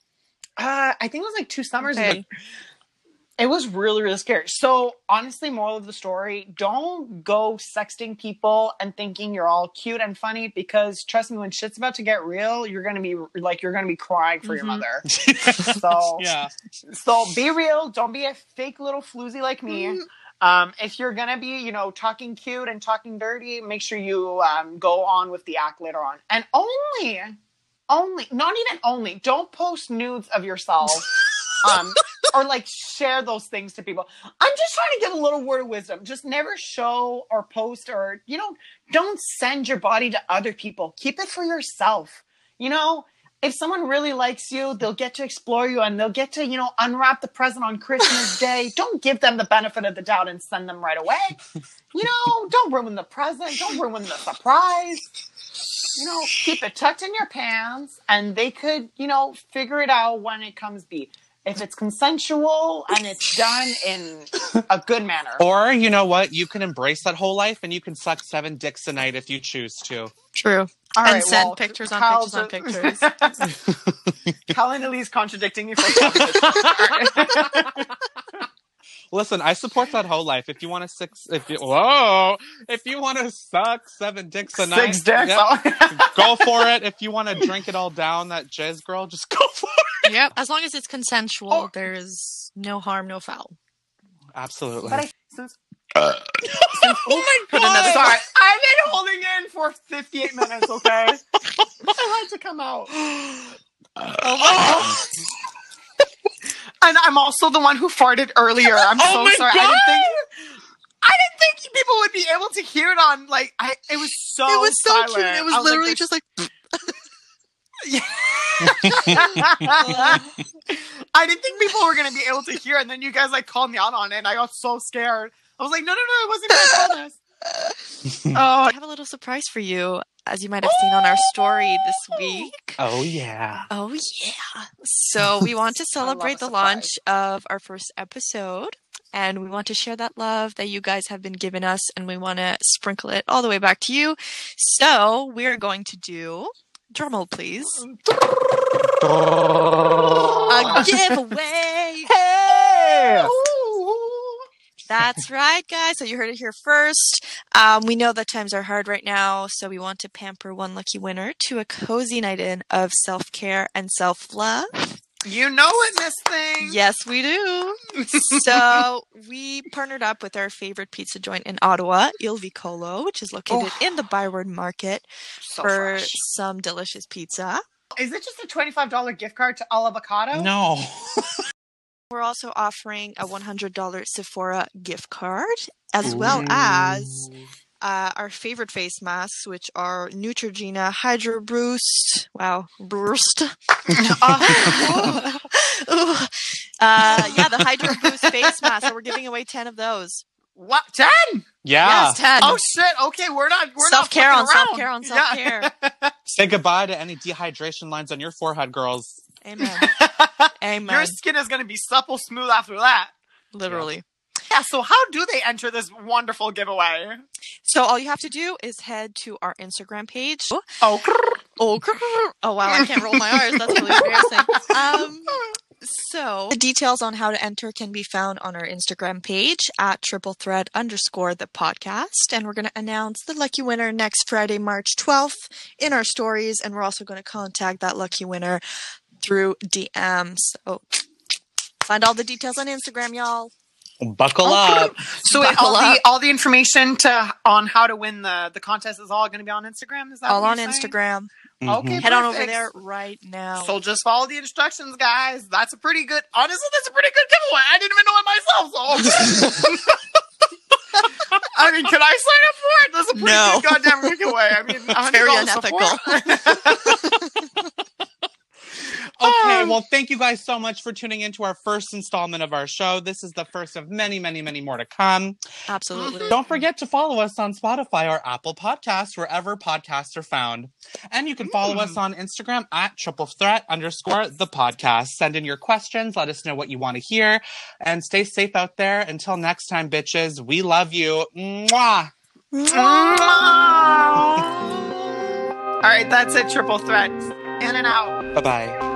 [SPEAKER 1] uh, I think it was like two summers ago.
[SPEAKER 3] Okay.
[SPEAKER 1] It was really, really scary. So, honestly, moral of the story don't go sexting people and thinking you're all cute and funny because, trust me, when shit's about to get real, you're going to be like, you're going to be crying for your
[SPEAKER 3] Mhm.
[SPEAKER 1] mother. So,
[SPEAKER 2] yeah.
[SPEAKER 1] so be real. Don't be a fake little floozy like me. Um, if you're gonna be, you know, talking cute and talking dirty, make sure you um, go on with the act later on. And only, only, not even only, don't post nudes of yourself, um, or like share those things to people. I'm just trying to give a little word of wisdom. Just never show or post or you know, don't send your body to other people. Keep it for yourself. You know. If someone really likes you, they'll get to explore you and they'll get to, you know, unwrap the present on Christmas Day. Don't give them the benefit of the doubt and send them right away. You know, don't ruin the present. Don't ruin the surprise. You know, keep it tucked in your pants and they could, you know, figure it out when it comes be. If it's consensual and it's done in a good manner.
[SPEAKER 2] Or you know what? You can embrace that whole life, and you can suck seven dicks a night if you choose to.
[SPEAKER 3] True.
[SPEAKER 1] All
[SPEAKER 3] and
[SPEAKER 1] right,
[SPEAKER 3] send
[SPEAKER 1] well,
[SPEAKER 3] pictures on
[SPEAKER 1] Kyle
[SPEAKER 3] pictures on pictures.
[SPEAKER 1] just- Kyle and Elise contradicting me for
[SPEAKER 2] Listen, I support that whole life. If you want to six, if you whoa, if you want to suck seven dicks a night,
[SPEAKER 1] six dicks.
[SPEAKER 2] yep, go for it. If you want to drink it all down, that jizz girl, just go for it.
[SPEAKER 3] yep. As long as it's consensual,
[SPEAKER 1] Oh.
[SPEAKER 3] there is no harm, no foul.
[SPEAKER 2] Absolutely.
[SPEAKER 1] But I, since,
[SPEAKER 2] oh my
[SPEAKER 1] another sorry, I've been holding in for 58 minutes, okay? I had to come out.
[SPEAKER 2] Oh,
[SPEAKER 1] And I'm also the one who farted earlier. I'm
[SPEAKER 2] Oh
[SPEAKER 1] so
[SPEAKER 2] my
[SPEAKER 1] sorry. I didn't think I didn't think people would be able to hear it on like I it was so
[SPEAKER 3] it was so cute.
[SPEAKER 1] silent.
[SPEAKER 3] It Oh, was,
[SPEAKER 1] I
[SPEAKER 3] literally
[SPEAKER 1] like,
[SPEAKER 3] just like
[SPEAKER 1] I didn't think people were gonna be able to hear it, and then you guys like called me out on it and I got so scared. I was like, no no no, it wasn't my promise.
[SPEAKER 3] I
[SPEAKER 1] Oh
[SPEAKER 3] have a little surprise for you, as you might have seen on our story this week.
[SPEAKER 1] Uh.
[SPEAKER 2] oh yeah.
[SPEAKER 3] Oh yeah. So we want to celebrate the
[SPEAKER 1] surprise.
[SPEAKER 3] launch of our first episode and we want to share that love that you guys have been giving us and we want to sprinkle it all the way back to you. So we're going to do drumroll please.
[SPEAKER 2] Oh,
[SPEAKER 3] A giveaway.
[SPEAKER 2] Hey!
[SPEAKER 3] That's right, guys. So you heard it here first. Um, we know that times are hard right now, so we want to pamper one lucky winner to a cozy night in of self care and self love.
[SPEAKER 1] you know it, Miss Thing.
[SPEAKER 3] Yes, we do. so we partnered up with our favorite pizza joint in Ottawa, Il Vicolo, which is located in the Byward Market
[SPEAKER 1] Oh. So
[SPEAKER 3] for
[SPEAKER 1] fresh.
[SPEAKER 3] some delicious pizza.
[SPEAKER 1] Is it just a twenty-five dollar gift card to All Avocado?
[SPEAKER 2] No.
[SPEAKER 3] We're also offering a $100 Sephora gift card, as well as uh, our favorite face masks, which are Neutrogena Hydro Boost. Wow, Boost. uh, ooh. Uh, yeah, the Hydro Boost face mask. So we're giving away 10 of those.
[SPEAKER 1] What ten?
[SPEAKER 2] Yeah.
[SPEAKER 3] Yes, 10.
[SPEAKER 1] Oh shit! Okay, we're not we're
[SPEAKER 3] self care on
[SPEAKER 1] not
[SPEAKER 3] self
[SPEAKER 1] fucking
[SPEAKER 3] care on
[SPEAKER 1] around.
[SPEAKER 3] self care.
[SPEAKER 2] Say goodbye to any dehydration lines on your forehead, girls.
[SPEAKER 3] Amen.
[SPEAKER 1] Yeah.
[SPEAKER 3] Amen.
[SPEAKER 1] Your skin is gonna be supple smooth after that.
[SPEAKER 3] Literally.
[SPEAKER 1] Yeah. So how do they enter this wonderful giveaway?
[SPEAKER 3] So all you have to do is head to our Instagram page.
[SPEAKER 1] Oh,
[SPEAKER 3] Oh, oh wow, I can't roll my R's. That's really embarrassing. Um, so the details on how to enter can be found on our Instagram page at triple thread underscore the podcast. And we're going to announce the lucky winner next Friday, March 12th in our stories. And we're also going to contact that lucky winner through DM. So find all the details on Instagram, y'all.
[SPEAKER 2] Buckle up.
[SPEAKER 1] so wait,
[SPEAKER 3] Buckle
[SPEAKER 1] all the
[SPEAKER 3] up.
[SPEAKER 1] all the information to on how to win the the contest is all gonna be on Instagram. Is that
[SPEAKER 3] all on
[SPEAKER 1] what you're saying?
[SPEAKER 3] Instagram.
[SPEAKER 1] Okay.
[SPEAKER 3] Head on over
[SPEAKER 1] Perfect.
[SPEAKER 3] there right now.
[SPEAKER 1] So just follow the instructions, guys. That's a pretty good. Honestly, that's a pretty good giveaway. I didn't even know it myself. So. I mean, can I sign up for it? That's a pretty
[SPEAKER 3] No.
[SPEAKER 1] good goddamn giveaway. I mean, $100
[SPEAKER 3] Very
[SPEAKER 1] support.
[SPEAKER 3] unethical.
[SPEAKER 2] Okay, right. Well, thank you guys so much for tuning in to our first installment of our show. This is the first of many, many, many more to come.
[SPEAKER 3] Absolutely.
[SPEAKER 2] Don't forget to follow us on Spotify or Apple Podcasts, wherever podcasts are found. And you can follow us on Instagram at triple threat underscore the podcast. Send in your questions. Let us know what you want to hear. And stay safe out there. Until next time, bitches, we love you. Mwah.
[SPEAKER 1] Mm-hmm. All right, that's it. Triple threat. In and out.
[SPEAKER 2] Bye bye.